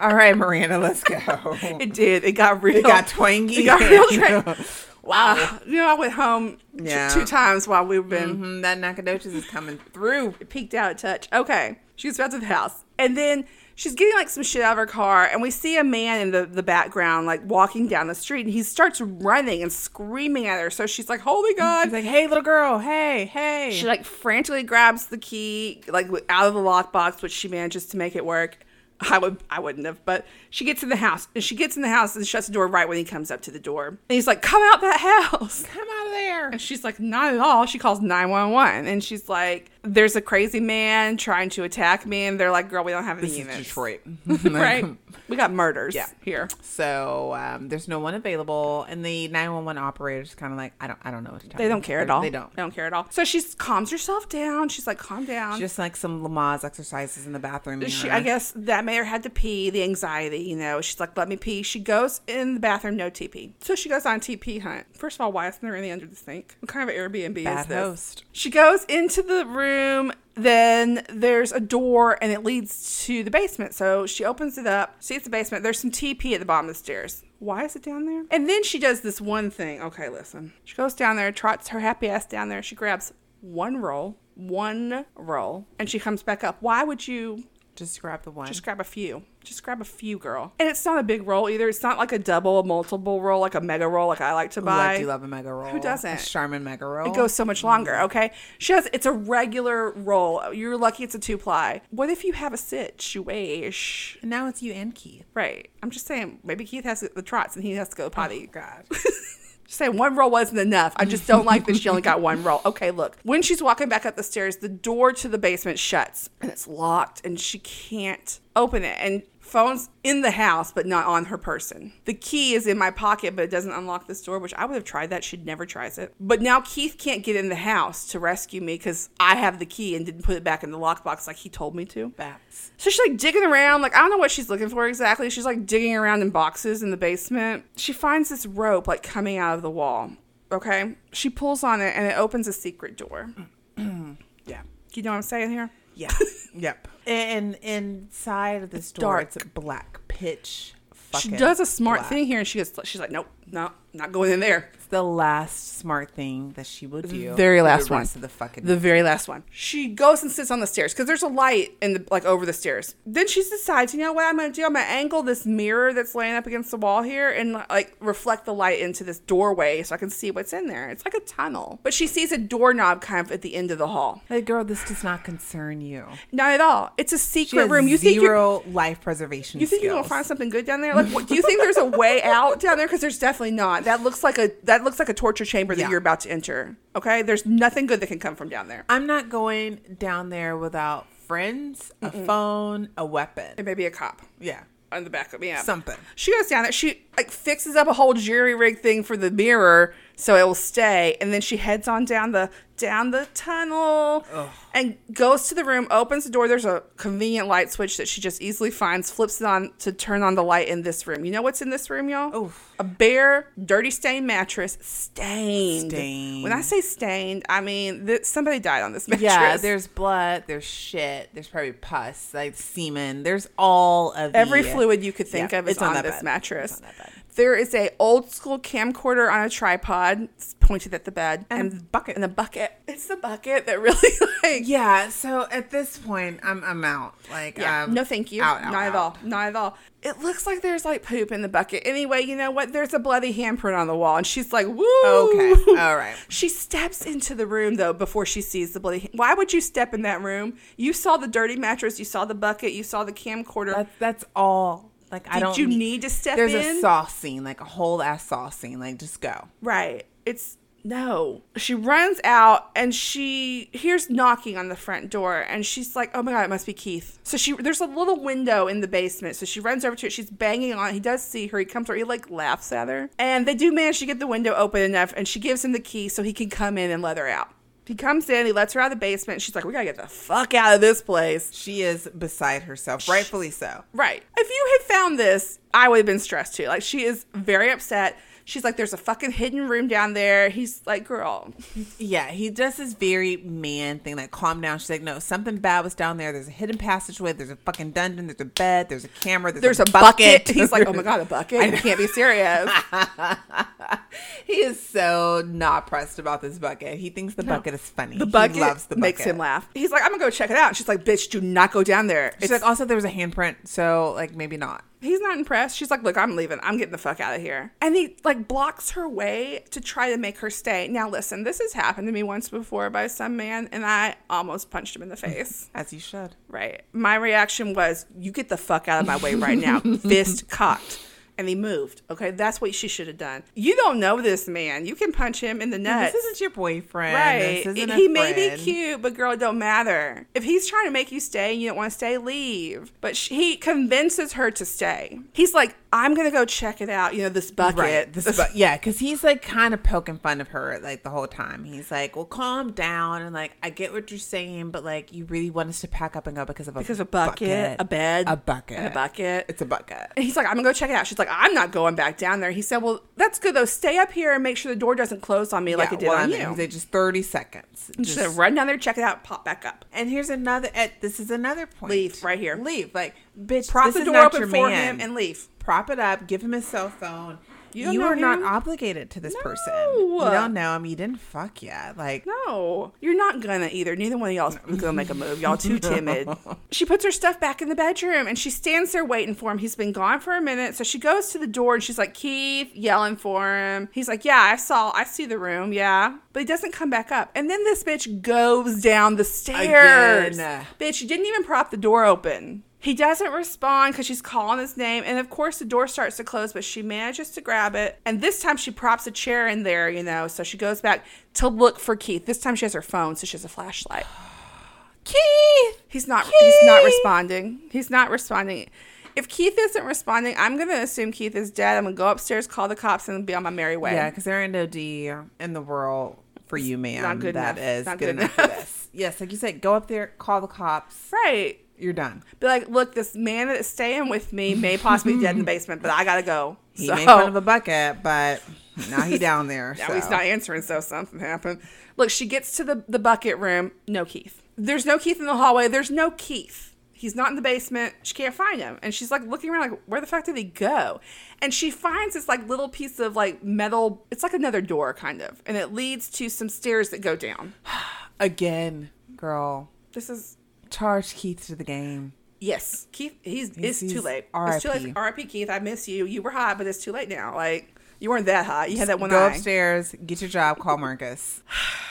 B: All right, Miranda, let's go.
A: it did. It got real.
B: It got twangy.
A: It got real. Tra- wow. You know, I went home t-
B: Yeah.
A: two times while we've been
B: Mhm, that Nacogdoches is coming through.
A: peeked out a touch. Okay. She gets back to the house. And then she's getting like some shit out of her car. And we see a man in the, the background, like walking down the street. And he starts running and screaming at her. So she's like, Holy
B: He's
A: God.
B: like, hey, little girl, hey, hey.
A: She like frantically grabs the key, like w- out of the lockbox, which she manages to make it work. I would I wouldn't have, but she gets in the house and she gets in the house and shuts the door right when he comes up to the door. And he's like, Come out that house.
B: Come out of there.
A: And she's like, not at all. She calls 911 and she's like, there's a crazy man trying to attack me. And they're like, girl, we don't have any
B: This is
A: units.
B: Detroit.
A: right? We got murders
B: Yeah.
A: here.
B: So um, there's no one available, and the 911 operator's kind of like, I don't, I don't know what to talk.
A: They don't care at all.
B: They don't.
A: They don't care at all. So she calms herself down. She's like, calm down.
B: Just like some Lamaze exercises in the bathroom. you
A: she,
B: know.
A: I guess that mayor had to pee, the anxiety, you know. She's like, let me pee. She goes in the bathroom, no TP. So she goes on TP hunt. First of all, why isn't there any under the sink? What kind of Airbnb is
B: Bad
A: this?
B: host.
A: She goes into the room, then there's a door and it leads to the basement. So she opens it up, sees the basement. There's some TP at the bottom of the stairs. Why is it down there? And then she does this one thing. Okay, listen. She goes down there, trots her happy ass down there. She grabs one roll, one roll, and she comes back up. Why would you
B: Just grab the one.
A: just grab a few. Just grab a few, girl. And it's not a big roll either. It's not like a double, a multiple roll, like a mega roll, like I like to
B: Ooh, I
A: buy.
B: do love a mega roll. A
A: doesn't?
B: Charmin mega roll.
A: it goes so much longer, okay? She has it's a regular roll. You're lucky it's a two ply. What if you have a situation?
B: And now it's you and Keith.
A: Right. I'm just saying, maybe Keith has the trots and he has to go potty.
B: Oh, God.
A: Just saying one roll wasn't enough. I just don't like that she only got one roll. Okay, look. When she's walking back up the stairs, the door to the basement shuts and it's locked and she can't open it. And phone's in the house but not on her person. The key is in my pocket but it doesn't unlock this door, which I would have tried that. She never tries it. But now Keith can't get in the house to rescue me cuz I have the key and didn't put it back in the lockbox like he told me to.
B: Bats.
A: So she's like digging around. Like, I don't know what she's looking for exactly. She's like digging around in boxes in the basement. She finds this rope like coming out of the wall. Okay. She pulls on it and it opens a secret door.
B: Yeah.
A: You know what I'm saying here?
B: Yeah. yep. And, and inside of this door,
A: dark.
B: it's black pitch.
A: she
B: fucking
A: does a smart
B: black.
A: thing here and she gets, she's like, nope, no, not going in there.
B: It's the last smart thing that she will do.
A: very
B: for the
A: last one.
B: rest of the fucking.
A: The very last one. She goes and sits on the stairs because there's a light in the like over the stairs. Then she decides, you know what I'm gonna do? I'm gonna angle this mirror that's laying up against the wall here and like reflect the light into this doorway so I can see what's in there. It's like a tunnel. But she sees a doorknob kind of at the end of the hall.
B: hey, girl, this does not concern you.
A: Not at all. It's a
B: She
A: secret
B: has
A: room. You think you're
B: zero life preservation.
A: you think you're gonna
B: skills.
A: find something good down there? Like, what, do you think there's a way out down there? Because there's definitely not. That looks like a that looks like a torture chamber that
B: Yeah.
A: you're about to enter. Okay, there's nothing good that can come from down there.
B: I'm not going down there without friends, a phone, a
A: It
B: weapon.
A: may be a cop.
B: Yeah,
A: on the back of me. Yeah.
B: something.
A: She goes down there. She like fixes up a whole jury rig thing for the mirror so it will stay, and then she heads on down the down the tunnel and goes to the room. Opens the door. There's a convenient light switch that she just easily finds. Flips it on to turn on the light in this room. You know what's in this room, y'all?
B: Oof.
A: a bare, dirty, stained mattress. Stained.
B: Stained.
A: When I say stained, I mean th- somebody died on this mattress.
B: Yeah, there's blood, there's shit, there's probably pus, like semen. There's all of the-
A: Every fluid you could think
B: Yeah,
A: of is
B: it's not
A: on
B: that
A: this
B: bad.
A: mattress.
B: It's not that bad.
A: There is a old school camcorder on a tripod s- pointed at the bed and, bucket and a bucket. It's the bucket that really like
B: Yeah, so at this point, I'm I'm out. Like,
A: yeah.
B: um,
A: no, thank you.
B: out, out,
A: Not at
B: out.
A: all. Not at all. It looks like there's like poop in the bucket. Anyway, you know what? There's a bloody handprint on the wall, and she's like, "Woo!"
B: Okay, all right.
A: She steps into the room though before she sees the bloody. Why would you step in that room? You saw the dirty mattress. You saw the bucket. You saw the camcorder.
B: That's that's all. Like, I
A: Did
B: don't.
A: you need to step
B: There's
A: in?
B: a sauce scene, like a whole ass sauce scene. Like, just go.
A: Right. It's No. She runs out and she hears knocking on the front door and she's like, "Oh my god, it must be Keith." So she there's a little window in the basement. So she runs over to it. She's banging on. it. He does see her. He comes over. He like laughs at her. And they do manage to get the window open enough and she gives him the key so he can come in and let her out. He comes in, he lets her out of the basement. And she's like, "We got to get the fuck out of this place."
B: She is beside herself, rightfully so.
A: Right. If you had found this, I would have been stressed too. Like she is very upset. She's like, there's a fucking hidden room down there. He's like, girl,
B: Yeah, he does this very man thing, like calm down. She's like, no, something bad was down there. There's a hidden passageway. There's a fucking dungeon. There's a bed. There's a camera.
A: there's a bucket. He's like, oh my god, a bucket.
B: I
A: You
B: know.
A: can't be serious.
B: he is so not pressed about this bucket. He thinks the bucket is funny.
A: The bucket
B: he loves the
A: makes
B: bucket.
A: him laugh. He's like, I'm gonna go check it out. And she's like, bitch, do not go down there.
B: She's
A: It's
B: like, also there was a handprint, so like maybe not.
A: he's not impressed. She's like, look, I'm leaving. I'm getting the fuck out of here. And he like blocks her way to try to make her stay. Now listen, this has happened to me once before by some man, and I almost punched him in the face.
B: As you should.
A: Right. My reaction was, you get the fuck out of my way right now. Fist cocked. And he moved. Okay, that's what she should have done. You don't know this man. You can punch him in the nuts.
B: This isn't your boyfriend.
A: Right.
B: This isn't a
A: He may be
B: friend.
A: cute, but girl, it don't matter. If he's trying to make you stay and you don't want to stay, leave. But she, he convinces her to stay. He's like, I'm going to go check it out. You know, this bucket.
B: Right. This is about, yeah, because he's like kind of poking fun of her like the whole time. He's like, "Well, calm down," and like, "I get what you're saying, but like, you really want us to pack up and go because of a
A: Because a bucket, a bed,
B: a bucket,
A: and a bucket.
B: It's a bucket."
A: And he's like, I'm gonna go check it out. She's like, I'm not going back down there. He said, Well, that's good though. Stay up here and make sure the door doesn't close on me like
B: Yeah,
A: it did
B: well, I
A: on
B: mean,
A: you.
B: He's like, just thirty seconds.
A: And she
B: Just-
A: said, Run down there, check it out, pop back up.
B: and here's another. At, this is another point.
A: Leave, right here.
B: Leave, like, bitch.
A: Prop
B: this
A: the
B: is
A: door
B: not
A: open
B: your
A: for
B: man.
A: him and leave.
B: prop it up, give him his cell phone.
A: You
B: You,
A: don't know
B: are not
A: him?
B: obligated to this person. You
A: No.
B: don't know him. You didn't fuck yet. Like,
A: No, you're not gonna either. Neither one of y'all's gonna make a move. Y'all too timid. She puts her stuff back in the bedroom and she stands there waiting for him. He's been gone for a minute, so she goes to the door and she's like, Keith, yelling for him. He's like, Yeah, I saw, I see the room, yeah. But he doesn't come back up. And then this bitch goes down the stairs.
B: Again.
A: Bitch, you didn't even prop the door open. He doesn't respond because she's calling his name. And of course, the door starts to close, but she manages to grab it. And this time she props a chair in there, you know. So she goes back to look for Keith. This time she has her phone, so she has a flashlight.
B: Keith!
A: He's not he's not
B: Keith!
A: responding. He's not responding. If Keith isn't responding, I'm gonna assume Keith is dead. I'm gonna go upstairs, call the cops, and be on my merry way.
B: Yeah, because there ain't no D in the world for you, man. That
A: not
B: is
A: good enough. Not
B: good,
A: good
B: enough. for this. Yes, like you said, go up there, call the cops.
A: Right.
B: You're done.
A: Be like, look, this man that's staying with me may possibly be dead in the basement, but I gotta go.
B: He
A: So-
B: made fun of a bucket, but now he down there.
A: Now
B: so.
A: he's not answering, so something happened. Look, she gets to the, the bucket room. No Keith. There's no Keith in the hallway. There's no Keith. He's not in the basement. She can't find him. And she's like looking around, like, where the fuck did he go? And she finds this like little piece of like metal. It's like another door, kind of. And it leads to some stairs that go down.
B: Again, girl.
A: This is,
B: Charge Keith to the game.
A: yes, Keith, he's, it's
B: He's-
A: too
B: he's
A: late. It's too late.
B: RIP.
A: RIP, Keith, I miss you. You were hot, but it's too late now. Like, you weren't that hot. You had that one
B: go
A: eye.
B: upstairs, get your job, call Marcus.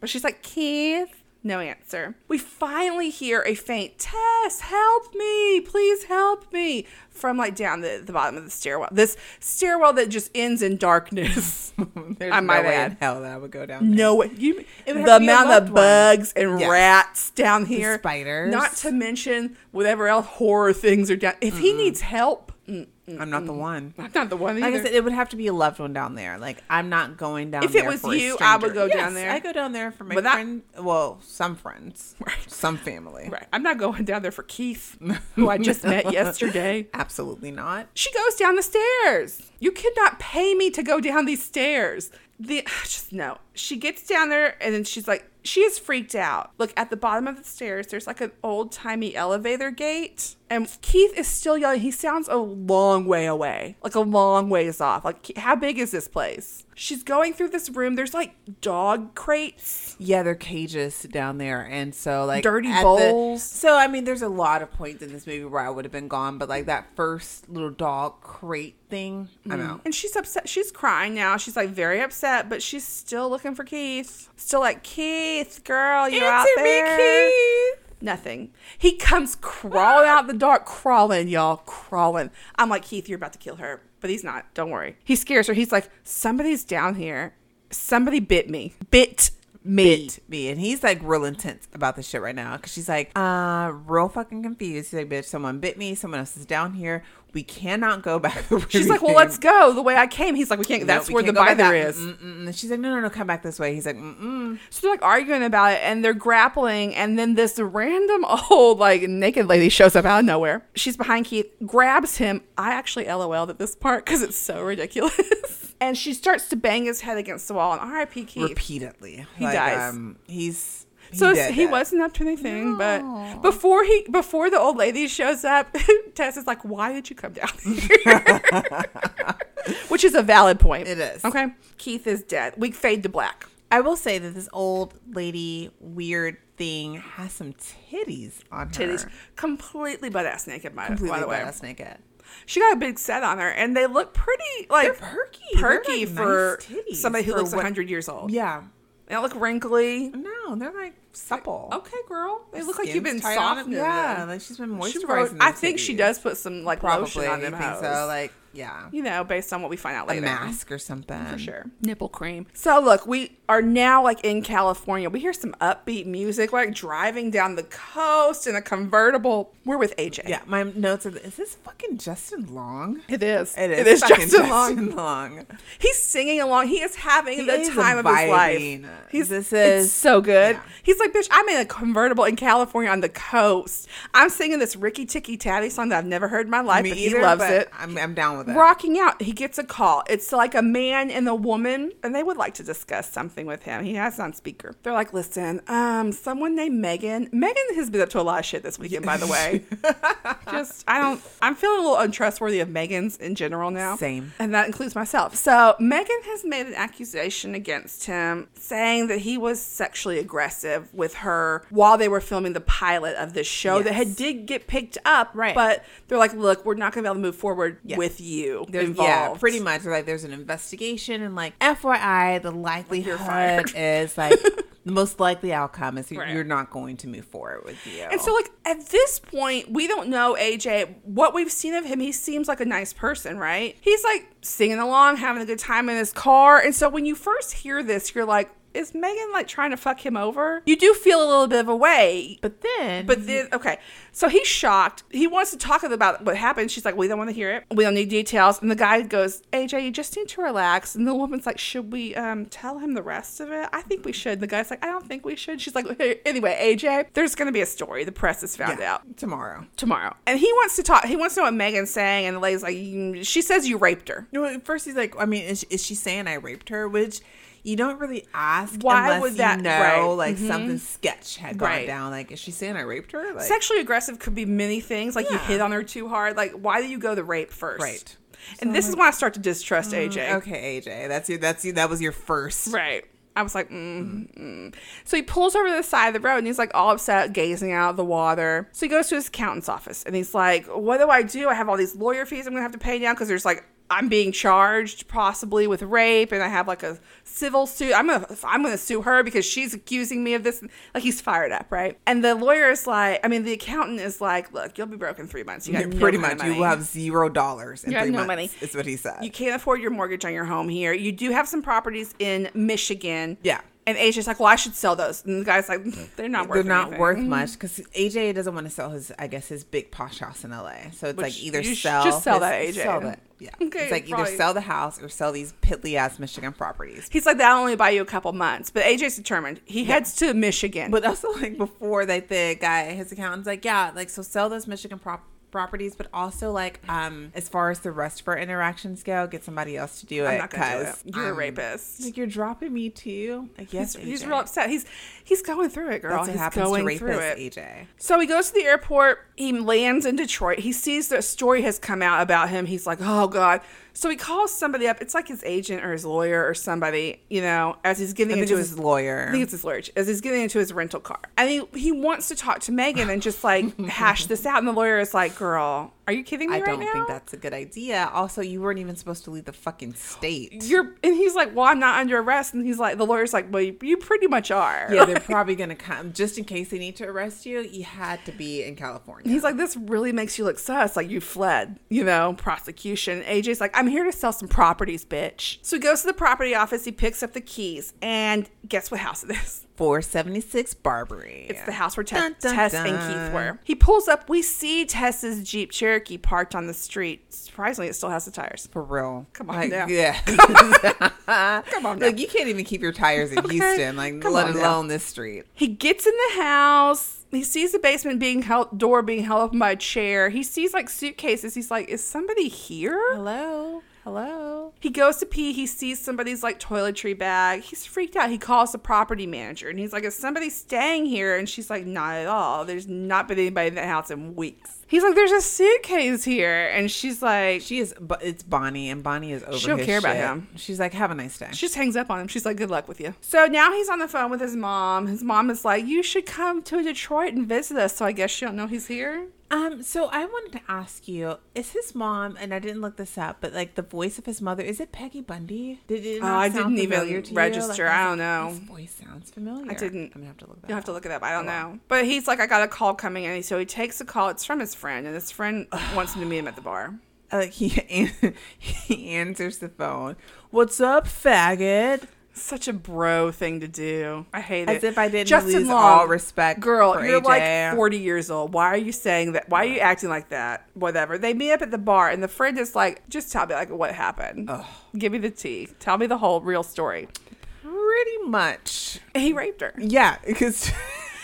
A: But she's like, Keith, no answer. We finally hear a faint, Tess, help me, please help me, from like down the, the bottom of the stairwell. This stairwell that just ends in darkness.
B: There's
A: I might
B: no way
A: add.
B: in hell that I would go down there.
A: No way. You,
B: It would have
A: the
B: to be a
A: amount
B: loved
A: of
B: one.
A: bugs and
B: Yes.
A: rats down here.
B: spiders.
A: Not to mention whatever else horror things are down. If he needs help, mm,
B: I'm not the one.
A: I'm not the one either.
B: Like I said, it would have to be a loved one down there. Like I'm not going down.
A: If it
B: there
A: was
B: for a
A: you, I would
B: stranger.
A: go down
B: Yes,
A: there.
B: I go down there for my
A: But that-
B: friend. Well, some friends,
A: Right.
B: some family.
A: right. I'm not going down there for Keith, who I just met yesterday.
B: Absolutely not.
A: She goes down the stairs. You cannot pay me to go down these stairs. The just no. She gets down there and then she's like, she is freaked out. Look at the bottom of the stairs. There's like an old timey elevator gate, and Keith is still yelling. He sounds a long way away, like a long ways off. Like, how big is this place? She's going through this room. There's like dog crates.
B: Yeah, they're cages down there, and so like
A: Dirty
B: at the-
A: bowls.
B: so I mean, there's a lot of points in this movie where I would have been gone, but like that first little dog crate thing, I'm out.
A: And she's upset. She's crying now. She's like very upset, but she's still looking for Keith. Still like Keith, girl, you're out
B: Answer me,
A: there.
B: Keith.
A: Nothing. He comes crawling out the dark, crawling, y'all, crawling. I'm like Keith, you're about to kill her, but he's not. Don't worry. He scares her. He's like, somebody's down here. Somebody bit me. Bit me.
B: beat me. And he's like real intense about this shit right now because she's like, uh, real fucking confused. He's like, bitch, someone bit me. Someone else is down here. We cannot go back. the way
A: She's
B: we
A: like, well,
B: came."
A: let's go the way I came. He's like, we can't.
B: Nope,
A: that's
B: we
A: where the
B: can't go back
A: bither
B: that-
A: is.
B: Mm-mm. And she's like, no, no, no, come back this way. He's like, mm-mm.
A: So they're like arguing about it, and they're grappling, and then this random old like naked lady shows up out of nowhere. She's behind Keith, grabs him. I actually lol'd at this part because it's so ridiculous. and she starts to bang his head against the wall. And R.I.P. Keith.
B: repeatedly.
A: He dies.
B: Um, he's he
A: so
B: did
A: he
B: that.
A: wasn't up to anything, but before he before the old lady shows up, Tess is like, "Why did you come down here?" Which is a valid point.
B: It is.
A: okay. Keith is dead. We fade to black.
B: I will say that this old lady weird thing has some titties on
A: Titties,
B: her.
A: completely butt ass naked. By, by
B: Completely
A: the way,
B: butt-ass naked.
A: she got a big set on her, and they look pretty
B: They're
A: like
B: perky. They're, like,
A: perky
B: nice
A: for
B: titties
A: somebody who
B: for
A: looks
B: what-
A: looks hundred years old.
B: Yeah.
A: They don't look wrinkly.
B: No, they're like supple.
A: Okay, girl, they look like
B: Skin's
A: you've been
B: tight on 'em.
A: softened.
B: Yeah, like she's been moisturizing.
A: She wrote,
B: them
A: I think she
B: titties.
A: does put some like
B: Probably
A: lotion on them.
B: I think
A: hoes.
B: so. Like yeah,
A: you know, based on what we find out
B: a
A: later.
B: mask or something
A: For sure. Nipple cream. So look, we are now like in California. We hear some upbeat music, like driving down the coast in a convertible. We're with AJ.
B: Yeah, my notes are. Is this fucking Justin Long?
A: It is.
B: It is,
A: It is
B: fucking
A: Justin, Long.
B: Long.
A: He's singing along. He is having
B: He
A: the
B: is
A: time of his life.
B: vibing.
A: He's
B: This
A: it's
B: is-
A: so good.
B: yeah.
A: He's like, bitch, I'm in a convertible in California on the coast. I'm singing this Ricky Ticky Tavi song that I've never heard in my life,
B: Me
A: but
B: either,
A: he loves
B: but
A: it.
B: I'm, I'm down with it.
A: rocking out he gets a call it's like a man and a woman and they would like to discuss something with him he has on speaker they're like listen um someone named megan megan has been up to a lot of shit this weekend by the way just i don't i'm feeling a little untrustworthy of megan's in general now
B: Same.
A: and that includes myself so megan has made an accusation against him saying that he was sexually aggressive with her while they were filming the pilot of this show that had
B: Yes.
A: did get picked up
B: Right.
A: but they're like look we're not gonna be able to move forward
B: Yeah.
A: with you
B: There's,
A: involved.
B: yeah, pretty much. Like, there's an investigation, and like, FYI, the likelihood
A: fired.
B: is like the most likely outcome is you-
A: Right.
B: you're not going to move forward with you.
A: And so, like at this point, we don't know AJ. What we've seen of him, he seems like a nice person, right? He's like singing along, having a good time in his car. And so, when you first hear this, you're like, "Is Megan like trying to fuck him over?" You do feel a little bit of a way.
B: but then,
A: But then, okay, so he's shocked. He wants to talk about what happened. She's like, "We don't want to hear it. We don't need details." And the guy goes, "AJ, you just need to relax." And the woman's like, "Should we um, tell him the rest of it? I think we should." The guy's like, "I don't think we should." She's like, "Hey, "Anyway, AJ, there's going to be a story. The press has found
B: yeah,
A: out."
B: tomorrow.
A: Tomorrow, and he wants to talk. He wants to know what Megan's saying, and the lady's like, "Mm, "She says you raped her.
B: No, at first he's like, I mean, is, is she saying I raped her? Which you don't really ask.
A: Why
B: unless
A: would
B: you
A: that-
B: know?
A: right. Mm-hmm.
B: Like something sketch had gone
A: Right.
B: down. Like, is she saying I raped her? Like,
A: Sexually aggressive could be many things. Like you
B: Yeah.
A: hit on her too hard. Like why do you go the rape first?
B: Right. Mm-hmm.
A: And this is when I start to distrust AJ.
B: okay, AJ, that's your, that's your, that was your first.
A: Right. I was like, mm, mm. so he pulls over to the side of the road and he's like all upset, gazing out of the water. So he goes to his accountant's office and he's like, What do I do? I have all these lawyer fees I'm gonna have to pay now because there's like, I'm being charged possibly with rape and I have like a civil suit. I'm gonna, I'm gonna sue her because she's accusing me of this. Like he's fired up, right? And the lawyer is like, I mean, the accountant is like, Look, you'll be broke in three months. You got no
B: Pretty
A: kind of
B: much, you
A: money.
B: will have zero dollars in
A: You have
B: three
A: no
B: months.
A: money.
B: Is what he said.
A: You can't afford your mortgage on your home here. You do have some properties in Michigan.
B: Yeah.
A: And AJ's like, well, I should sell those. And the guy's like, they're not
B: They're
A: worth
B: not
A: anything. Mm-hmm.
B: worth much because AJ doesn't want to sell his, I guess, his big posh house in LA. So it's
A: Which
B: like either
A: you should
B: sell,
A: just sell
B: his-
A: that, AJ.
B: sell that. Yeah,
A: Okay,
B: it's like
A: probably.
B: either sell the house or sell these piddly ass Michigan properties.
A: He's like, that'll only buy you a couple months. But AJ's determined. He heads to Michigan.
B: But also, like before, like the guy, his accountant's like, yeah, like so sell those Michigan prop properties, but also like, um, as far as the rest of our interactions go, get somebody else to do it.
A: I'm not going to do
B: 'cause,
A: it. You're a
B: um,
A: rapist.
B: Like you're dropping me too. Like yes,
A: He's, he's
B: AJ.
A: real upset. He's he's going through it, girl.
B: That's what
A: he's
B: happens
A: going
B: to rapists,
A: through it.
B: AJ.
A: So he goes to the airport. He lands in Detroit. He sees that a story has come out about him. He's like, oh, God. So he calls somebody up. It's like his agent or his lawyer or somebody, you know, as he's
B: I
A: getting
B: think
A: into
B: it
A: his
B: was his lawyer.
A: I think it's his lawyer as he's getting into his rental car. And he, he wants to talk to Megan and just like hash this out. And the lawyer is like, girl, are you kidding me
B: I
A: right
B: don't
A: now?
B: think that's a good idea. Also, you weren't even supposed to leave the fucking state.
A: You're, and he's like, well, I'm not under arrest. And he's like, the lawyer's like, well, you, you pretty much are.
B: yeah, they're probably gonna come just in case they need to arrest you. You had to be in California.
A: He's like, this really makes you look sus. Like you fled, you know, prosecution. AJ's like, I I'm here to sell some properties, bitch. So he goes to the property office, he picks up the keys, and guess what house it is?
B: 476 Barbary.
A: It's the house where Tess,
B: Dun, dun,
A: Tess and
B: dun.
A: Keith were. He pulls up. We see Tess's Jeep Cherokee parked on the street. Surprisingly, it still has the tires.
B: For real.
A: Come on
B: like,
A: now.
B: Yeah.
A: Come on, now.
B: Look, you can't even keep your tires in
A: Okay.
B: Houston, like
A: Come
B: let
A: on now.
B: alone this street.
A: He gets in the house. He sees the basement being held, door being held open by a chair. He sees like suitcases. He's like, "Is somebody here?"
B: Hello. Hello.
A: He goes to pee. He sees somebody's like toiletry bag. He's freaked out. He calls the property manager and he's like, "Is somebody staying here?" And she's like, "Not at all. There's not been anybody in that house in weeks." He's like, "There's a suitcase here," and she's like,
B: She is, but it's Bonnie, and Bonnie is over.
A: She don't
B: his
A: care about
B: shit.
A: him.
B: She's like, "Have a nice day."
A: She just hangs up on him. She's like, good luck with you. So now he's on the phone with his mom. His mom is like, you should come to Detroit and visit us. So I guess she don't know he's here.
B: Um, so I wanted to ask you: Is his mom? And I didn't look this up, but like the voice of his mother, is it Peggy Bundy? Did it? not
A: Oh, I
B: sound
A: didn't even
B: familiar to you?
A: register.
B: Like,
A: I don't know.
B: His voice sounds familiar.
A: I didn't.
B: I'm gonna have to look. That
A: You'll have to
B: up.
A: look it up. I don't know. But he's like, I got a call coming in. So he takes the call. It's from his friend. And his friend wants him to meet him at the bar.
B: I Like he he answers the phone. What's up, faggot?
A: Such a bro thing to do. I hate it.
B: As if I didn't
A: Justin
B: lose
A: Long,
B: all respect.
A: Girl,
B: for
A: you're
B: AJ.
A: like 40 years old. Why are you saying that? Why are you acting like that? Whatever. They meet up at the bar, and the friend is like, just tell me like what happened. Give me the tea. Tell me the whole real story.
B: Pretty much.
A: He raped her.
B: Yeah, because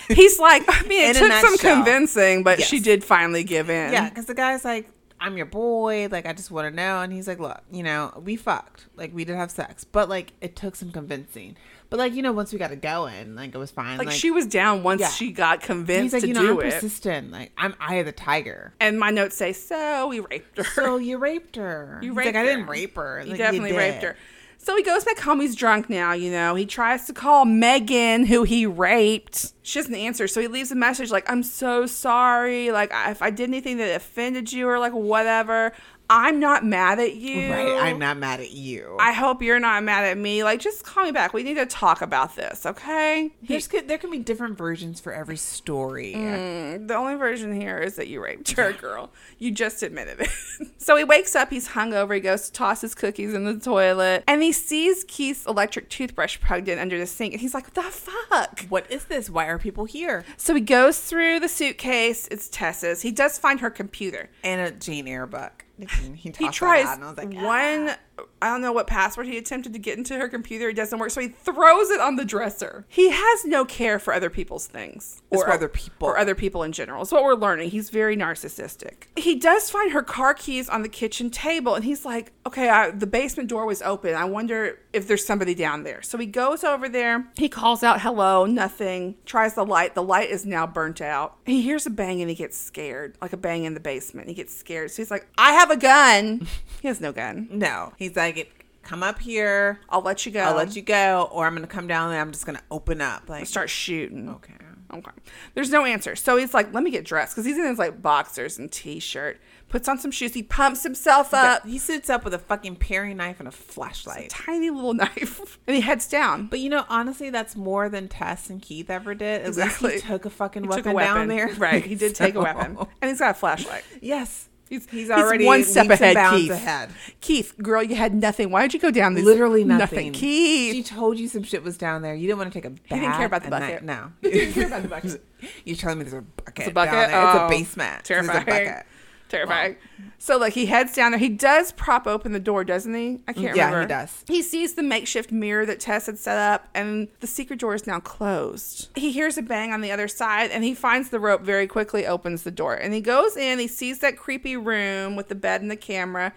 A: He's like, I mean, it
B: In a
A: took some
B: nutshell.
A: convincing, but she
B: Yes.
A: did finally give in.
B: yeah, because the guy's like, "I'm your boy. Like, I just want to know." And he's like, "Look, you know, we fucked. Like, we did have sex, but like, it took some convincing. But like, you know, once we got it going, like, it was fine.
A: Like, she was down once
B: Yeah.
A: she got
B: He's
A: convinced
B: like,
A: to
B: you know,
A: do
B: I'm
A: it.
B: persistent. Like, I'm I of the tiger.
A: and my notes say, so we raped her.
B: So you raped her.
A: You
B: He's
A: raped
B: like, I
A: her.
B: didn't rape her.
A: You
B: Like,
A: definitely raped
B: did.
A: her. So he goes back home. He's drunk now, you know. He tries to call Megan, who he raped. She doesn't answer. So he leaves a message like, I'm so sorry. Like, I- if I did anything that offended you or like whatever, I'm not mad at you.
B: Right. I'm not mad at you.
A: I hope you're not mad at me. Like, just call me back. We need to talk about this, okay? He-
B: There's could, there can be different versions for every story.
A: Hmm, the only version here is that you raped her, girl. You just admitted it. so he wakes up, he's hungover, he goes to toss his cookies in the toilet, and he sees Keith's electric toothbrush plugged in under the sink, and he's like, the fuck?
B: What is this? Why are people here?
A: So he goes through the suitcase, it's Tessa's. He does find her computer.
B: And a Jane Earbuck. He,
A: He
B: tossed that
A: tries
B: out, and I was like,
A: one. I don't know what password he attempted to get into her computer. It doesn't work, so he throws it on the dresser. He has no care for other people's things
B: It's for other people.
A: or other people in general. Is what we're learning. He's very narcissistic. He does find her car keys on the kitchen table, and he's like, "Okay, I, the basement door was open. I wonder if there's somebody down there." So he goes over there. He calls out, "Hello," nothing. Tries the light. The light is now burnt out. He hears a bang and he gets scared, like a bang in the basement. He gets scared, so he's like, "I have a gun." he has no gun.
B: No. He's like, come up here.
A: I'll let you go.
B: I'll let you go, or I'm gonna come down and I'm just gonna open up. Like,
A: start shooting.
B: okay.
A: Okay. There's no answer. So he's like, let me get dressed because he's in his like boxers and t shirt, puts on some shoes. He pumps himself up,
B: he suits up with a fucking paring knife and a flashlight.
A: tiny little knife, and he heads down.
B: But you know, honestly, that's more than Tess and Keith ever did. At
A: Exactly.
B: least he took a fucking
A: He
B: weapon,
A: took a
B: down there.
A: Right. He did take a weapon.
B: So-
A: And he's got a flashlight.
B: Yes.
A: He's,
B: He's already
A: one step
B: leaps and
A: ahead,
B: bounds
A: Keith.
B: ahead.
A: Keith, girl, you had nothing. Why did you go down these?
B: Literally nothing.
A: Keith.
B: She told you some shit was down there. You didn't want to take a bath.
A: He didn't care about the
B: and
A: bucket.
B: That,
A: He
B: no.
A: didn't care about the bucket.
B: You're telling me there's a bucket.
A: It's a bucket.
B: Down there.
A: Oh,
B: it's a basement. There's a
A: Terrifying.
B: bucket.
A: Terrifying. So like he heads down there. He does prop open the door, doesn't he? I can't
B: Yeah, he
A: remember.
B: does.
A: He sees the makeshift mirror that Tess had set up, and the secret door is now closed. He hears a bang on the other side, and he finds the rope very quickly, opens the door, and he goes in. He sees that creepy room with the bed and the camera.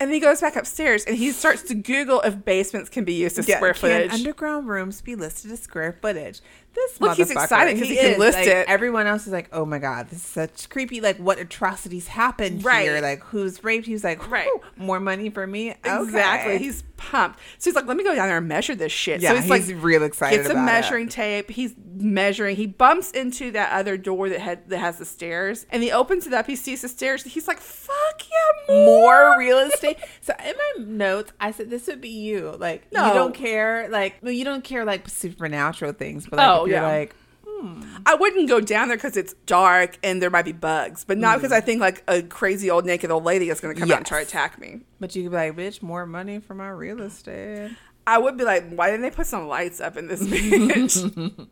A: And he goes back upstairs and he starts to Google if basements can be used as
B: Yeah,
A: square
B: can
A: footage.
B: underground rooms be listed as square footage? This
A: Look, he's
B: motherfucker,
A: excited 'cause he can
B: is,
A: list
B: like,
A: it.
B: Everyone else is like, "Oh my god, this is such creepy! Like, what atrocities happened
A: Right.
B: here? Like, who's raped? He's like,
A: Right.
B: "Whew, more money for me?
A: Exactly.
B: Okay."
A: He's pumped. So he's like, let me go down there and measure this shit.
B: yeah,
A: so
B: he's, real excited.
A: gets a
B: about it.
A: measuring tape. He's measuring. He bumps into that other door that had that has the stairs, and he opens it up. He sees the stairs. He's like, "Fuck yeah, more."
B: more real estate. So in my notes, I said this would be you. Like
A: No.
B: you don't care. Like well, you don't care like supernatural things, but like
A: Oh,
B: if you're
A: yeah.
B: like. "Mm,
A: I wouldn't go down there because it's dark and there might be bugs, but not because I think like a crazy old naked old lady is going to come out and try to
B: Mm. Yes.
A: attack me.
B: But you could be like, bitch, more money for my real estate.
A: I would be like, why didn't they put some lights up in this bitch?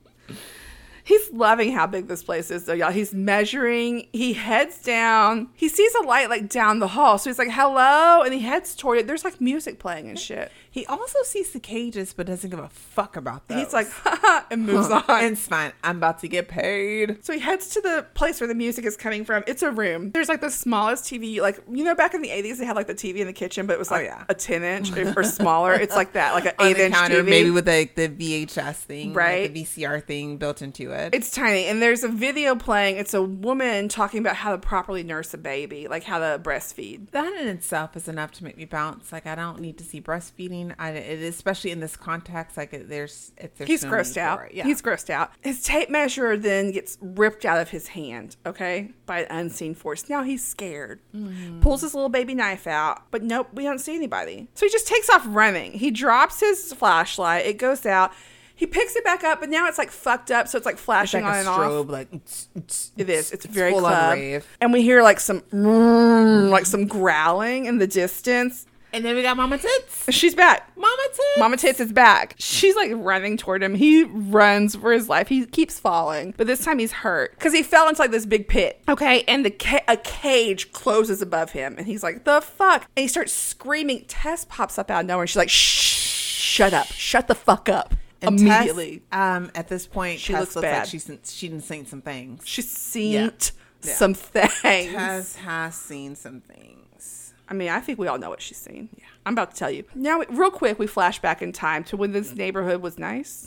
A: He's loving how big this place is, though, y'all. He's measuring. He heads down. He sees a light like down the hall, so he's like, "Hello," and he heads toward it. There's like music playing and shit.
B: He also sees the cages, but doesn't give a fuck about those.
A: He's like, "Ha ha," and moves
B: Huh,
A: on.
B: It's fine. I'm about to get paid.
A: So he heads to the place where the music is coming from. It's a room. There's like the smallest TV, like you know, back in the '80s they had like the TV in the kitchen, but it was
B: Oh,
A: like
B: yeah.
A: a 10 inch or, or smaller. It's like that, like an
B: On
A: eight
B: the
A: inch
B: counter,
A: TV.
B: maybe with like the VHS thing, like,
A: Right.
B: the VCR thing built into it.
A: It's tiny, and there's a video playing. It's a woman talking about how to properly nurse a baby, like how to breastfeed.
B: that in itself is enough to make me bounce. Like I don't need to see breastfeeding. I, it, especially in this context, like it, there's if there's
A: He's
B: no
A: grossed
B: need
A: out.
B: for it. Yeah,
A: He's grossed out. His tape measure then gets ripped out of his hand, okay, by an unseen force. Now he's scared.
B: Hmm.
A: Pulls his little baby knife out, but nope, we don't see anybody. So he just takes off running. He drops his flashlight, it goes out. He picks it back up, but now it's like fucked up, so it's like
B: it's
A: flashing
B: like a
A: on and off.
B: strobe. Like tss, tss,
A: It is.
B: tss,
A: It's very
B: full on
A: club.
B: rave.
A: And we hear like some like some growling in the distance.
B: And then we got Mama Tits.
A: She's back.
B: Mama Tits.
A: Mama Tits is back. She's like running toward him. He runs for his life. He keeps falling, but this time he's hurt because he fell into like this big pit. Okay, and the ca- a cage closes above him, and he's like, "The fuck!" And he starts screaming. Tess pops up out of nowhere. She's like, "Shh, shut up, shut the fuck up!"
B: And Tess,
A: Immediately,
B: um, at this point,
A: She
B: Tess
A: looks
B: looks
A: bad.
B: like she's she didn't seen some things.
A: she's seen
B: Yeah.
A: t-
B: Yeah.
A: some things.
B: Tess has seen some things.
A: I mean, I think we all know what she's seen. Yeah. I'm about to tell you now. Real quick, we flash back in time to when
B: Mm.
A: this neighborhood was nice.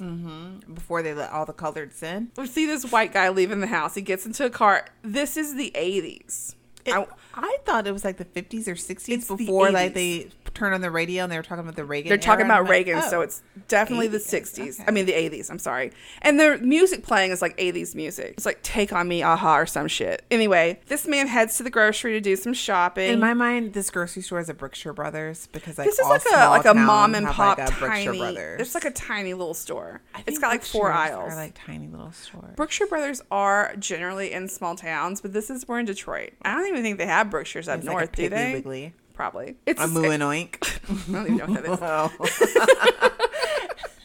B: Before they let all the coloreds in,
A: we see this white guy leaving the house. He gets into a car. This is the 80s. I,
B: I, I thought it was like the 50s or 60s
A: It's the
B: before like
A: 80s.
B: they turned on the radio and they were talking about the Reagan.
A: they're talking about
B: era, and I'm like,
A: Reagan,
B: oh.
A: so it's definitely the
B: 80s,
A: 60s. I
B: okay.
A: mean, the 80s, I'm sorry. And their music playing is like 80s music. It's like Take On Me, Aha, or some shit. Anyway, this man heads to the grocery to do some shopping.
B: in my mind this grocery store is a Brookshire Brothers because like
A: this is
B: all
A: like a
B: small
A: like a
B: towns
A: mom and
B: have,
A: pop
B: like, a Brookshire
A: tiny.
B: Brothers.
A: It's like a tiny little store.
B: I
A: It's
B: think
A: got like four
B: Berkshires
A: aisles.
B: Are like tiny little stores.
A: Brookshire Brothers are generally in small towns, but this is we're in Detroit. I don't even think they have Brookshires up
B: It's
A: north,
B: like a
A: do
B: Piggly
A: they?
B: Wiggly.
A: Probably. It's
B: A
A: just-
B: moo and oink.
A: I don't even know what that is.
B: Oh.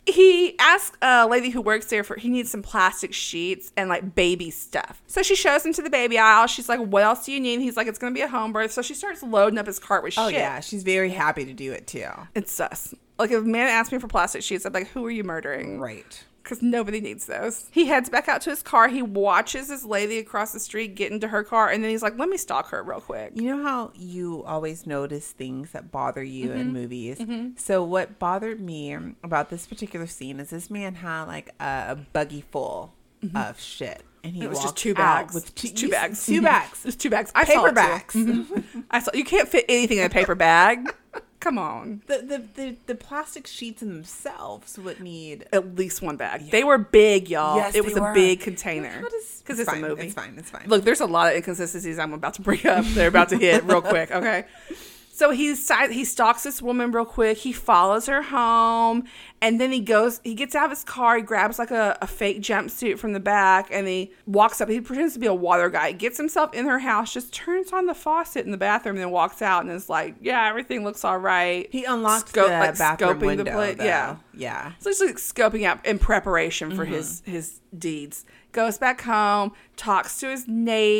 A: he asks a lady who works there for he needs some plastic sheets and like baby stuff. So she shows him to the baby aisle. She's like, "What else do you need?" And he's like, "It's gonna be a home birth." So she starts loading up his cart with
B: Oh,
A: shit.
B: yeah, she's very happy to do it too.
A: It's sus. Like if a man asked me for plastic sheets, I'd be like, "Who are you murdering?"
B: Right.
A: Because nobody needs those. He heads back out to his car. He watches this lady across the street get into her car, and then he's like, "Let me stalk her real quick."
B: You know how you always notice things that bother you
A: Mm-hmm.
B: in movies? So, what bothered me about this particular scene is this man had like a, a buggy full of shit. And he
A: Mm-hmm. It was just
B: walked
A: two
B: out
A: bags.
B: With two,
A: Just two bags.
B: Two bags.
A: There's two bags. I saw it too.
B: Paperbacks.
A: I saw you can't fit anything in a paper bag. Come on.
B: The, the, the, the plastic sheets in themselves would need.
A: at least one bag. They were big, y'all.
B: Yes,
A: it
B: they
A: was a
B: were.
A: big container
B: How does-
A: because it's a
B: fine,
A: movie.
B: It's fine. It's fine.
A: Look, there's a lot of inconsistencies I'm about to bring up. They're about to hit real quick. Okay. So he si- he stalks this woman real quick. He follows her home, and then he goes. He gets out of his car. He grabs like a, a fake jumpsuit from the back, and he walks up. He pretends to be a water guy. Gets himself in her house. Just turns on the faucet in the bathroom, and then walks out. And is like, "Yeah, everything looks all right."
B: he unlocked
A: Scope-
B: the
A: like,
B: bathroom
A: scoping the
B: window.
A: pla-
B: though.
A: yeah.
B: Yeah.
A: So he's like scoping out in preparation for his his deeds. Goes back home, talks to his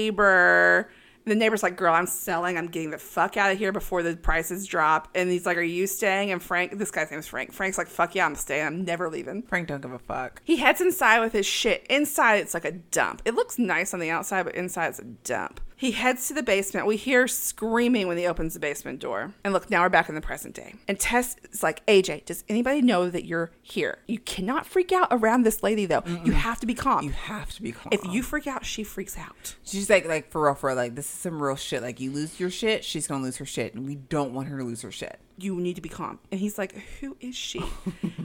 A: neighbor. The neighbor's like, "Girl, I'm selling. I'm getting the fuck out of here before the prices drop." And he's like, "Are you staying?" And Frank, this guy's name is Frank. Frank's like, "Fuck yeah, I'm staying. I'm never leaving."
B: Frank don't give a fuck.
A: He heads inside with his shit. Inside, it's like a dump. It looks nice on the outside, but inside, it's a dump. He heads to the basement. We hear screaming when he opens the basement door. And look, now we're back in the present day. And Tess is like, AJ, does anybody know that you're here? You cannot freak out around this lady, though. You have to be calm.
B: You have to be calm.
A: if you freak out, she freaks out.
B: She's like, like for real, for real, like this is some real shit. Like you lose your shit, she's gonna lose her shit, and we don't want her to lose her shit.
A: You need to be calm. And he's like, Who is she?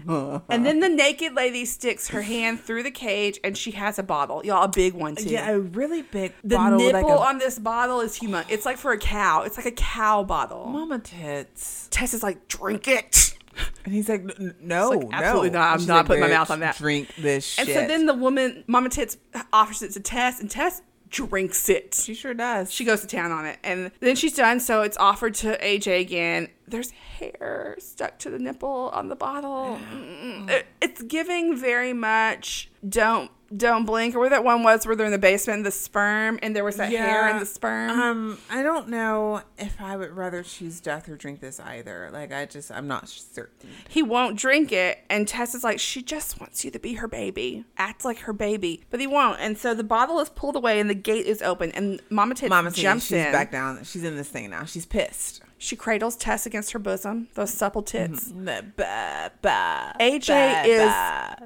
A: and then the naked lady sticks her hand through the cage and she has a bottle. Y'all, a big one, too.
B: a really big
A: The nipple on this bottle is human. It's like for a cow. It's like a cow bottle.
B: mama tits.
A: Tess is like, drink it.
B: And he's like, "N- n- no,
A: like, absolutely
B: no.
A: not. I'm
B: She's
A: not putting my
B: "Bitch,
A: mouth on that."
B: Drink this shit.
A: And so then the woman, Mama Tits, offers it to Tess, and Tess drinks it.
B: she sure does.
A: She goes to town on it. And then she's done, so it's offered to AJ again. There's hair stuck to the nipple on the bottle. Mm, it- It's giving very much don't don't blink or where that one was where they're in the basement and the sperm and there was that hair in the sperm.
B: Um, I don't know if I would rather choose death or drink this either. Like, I just, I'm not certain.
A: He won't drink it. And Tess is like, she just wants you to be her baby. Act like her baby. But he won't. And so the bottle is pulled away and the gate is open. And Mama Tits
B: Mama says
A: jumps
B: she's
A: in.
B: back down. She's in this thing now. She's pissed.
A: She cradles Tess against her bosom, those supple tits.
B: Mm-hmm.
A: AJ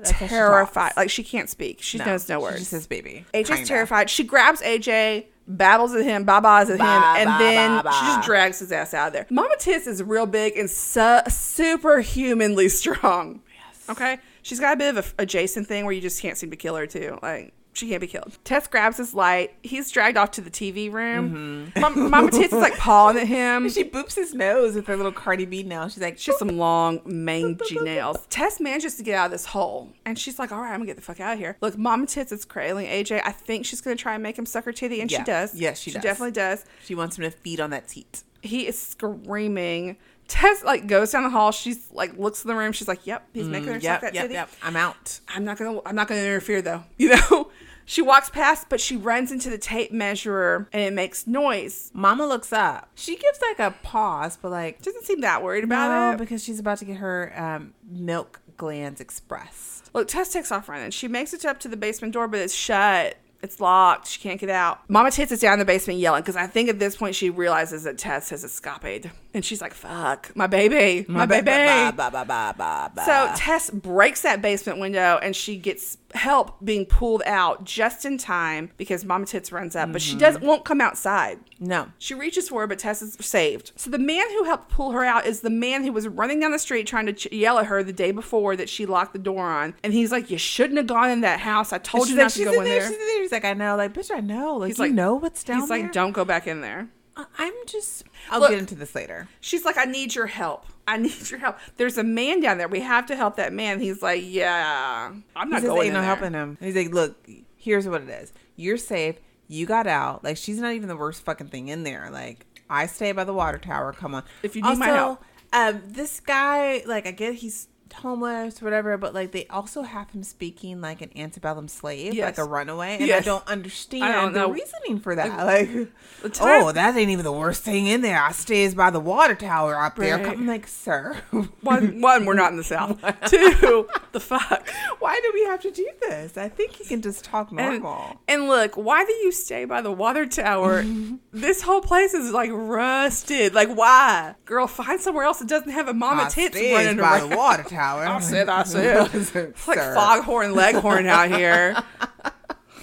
A: is terrified. Like she can't speak. She knows no words.
B: She just says baby.
A: AJ's
B: Kinda.
A: terrified. She grabs AJ, babbles at him, babas at
B: Ba,
A: him, and
B: ba,
A: then
B: ba,
A: she just
B: ba.
A: drags his ass out of there. Mama Tiss is real big and su- superhumanly strong. Yes. Okay? She's got a bit of a, a Jason thing where you just can't seem to kill her, too. Like, she can't be killed. Tess grabs his light. He's dragged off to the TV room. Mom- Mama Tiss is like pawing at him.
B: She boops his nose with her little Cardi B nail. She's like,
A: She has some long, mangy nails. Tess manages to get out of this hole, and she's like, "All right, I'm gonna get the fuck out of here." Look, Mama Tits is cradling AJ. I think she's gonna try and make him suck her titty, and she
B: Yeah.
A: does.
B: Yes, she does.
A: definitely does.
B: she wants him to feed on that teat.
A: He is screaming. Tess like goes down the hall. She's like looks in the room. She's like, "Yep, he's making her suck
B: Mm, Yep,
A: that
B: yep,
A: titty."
B: yep. I'm out.
A: I'm not gonna I'm not gonna interfere though. You know. She walks past, but she runs into the tape measurer, and it makes noise.
B: Mama looks up. She gives like a pause, but like,
A: Doesn't seem that worried about
B: no,
A: it.
B: because she's about to get her um, milk glands expressed.
A: Look, Tess takes off running. She makes it up to the basement door, but it's shut. It's locked. She can't get out. Mama Tess is down in the basement yelling because I think at this point she realizes that Tess has escaped. And she's like, fuck, my baby, my,
B: Ba-
A: baby.
B: ba- ba- ba- ba- ba- ba-
A: So Tess breaks that basement window and she gets help being pulled out just in time because Mama Tits runs up, but she doesn't won't come outside.
B: no.
A: She reaches for her, but Tess is saved. So the man who helped pull her out is the man who was running down the street trying to ch- yell at her the day before that she locked the door on. And he's like, "You shouldn't have gone in that house. I told
B: oh, she's
A: you
B: like,
A: not
B: she's
A: to go in
B: in there,
A: there."
B: She's in there. He's like, I know. Like, bitch, I know. Like,
A: He's
B: you
A: like,
B: know what's down
A: He's
B: there.
A: like, "Don't go back in there."
B: I- I'm just. I'll
A: Look-
B: get into this later.
A: She's like, "I need your help. I need your help. There's a man down there. We have to help that man." He's like, "Yeah, I'm
B: He
A: not
B: says,
A: going
B: ain't
A: in
B: no
A: there."
B: helping him. And he's like, look, here's what it is. You're safe. You got out. Like, she's not even the worst fucking thing in there. Like, I stay by the water tower. Come on.
A: If you need my help.
B: um, this guy, like, I get he's homeless, whatever, but like, they also have him speaking like an antebellum slave,
A: Yes.
B: like a runaway, and I
A: Yes.
B: don't understand
A: I don't
B: the
A: know.
B: reasoning for that. Like,
A: The time-
B: oh, that ain't even the worst thing in there. I stays by the water tower up there.
A: Right.
B: Come, I'm like, sir,
A: One, one, we're not in the south. Two, the fuck.
B: why do we have to do this? I think he can just talk
A: And,
B: normal.
A: and look, why do you stay by the water tower? this whole place is like rusted. Like, why? Girl, find somewhere else that doesn't have a mama
B: I
A: tits
B: stayed
A: running
B: by
A: around.
B: the water tower.
A: I said, I said.
B: It's
A: It's like foghorn leghorn out here.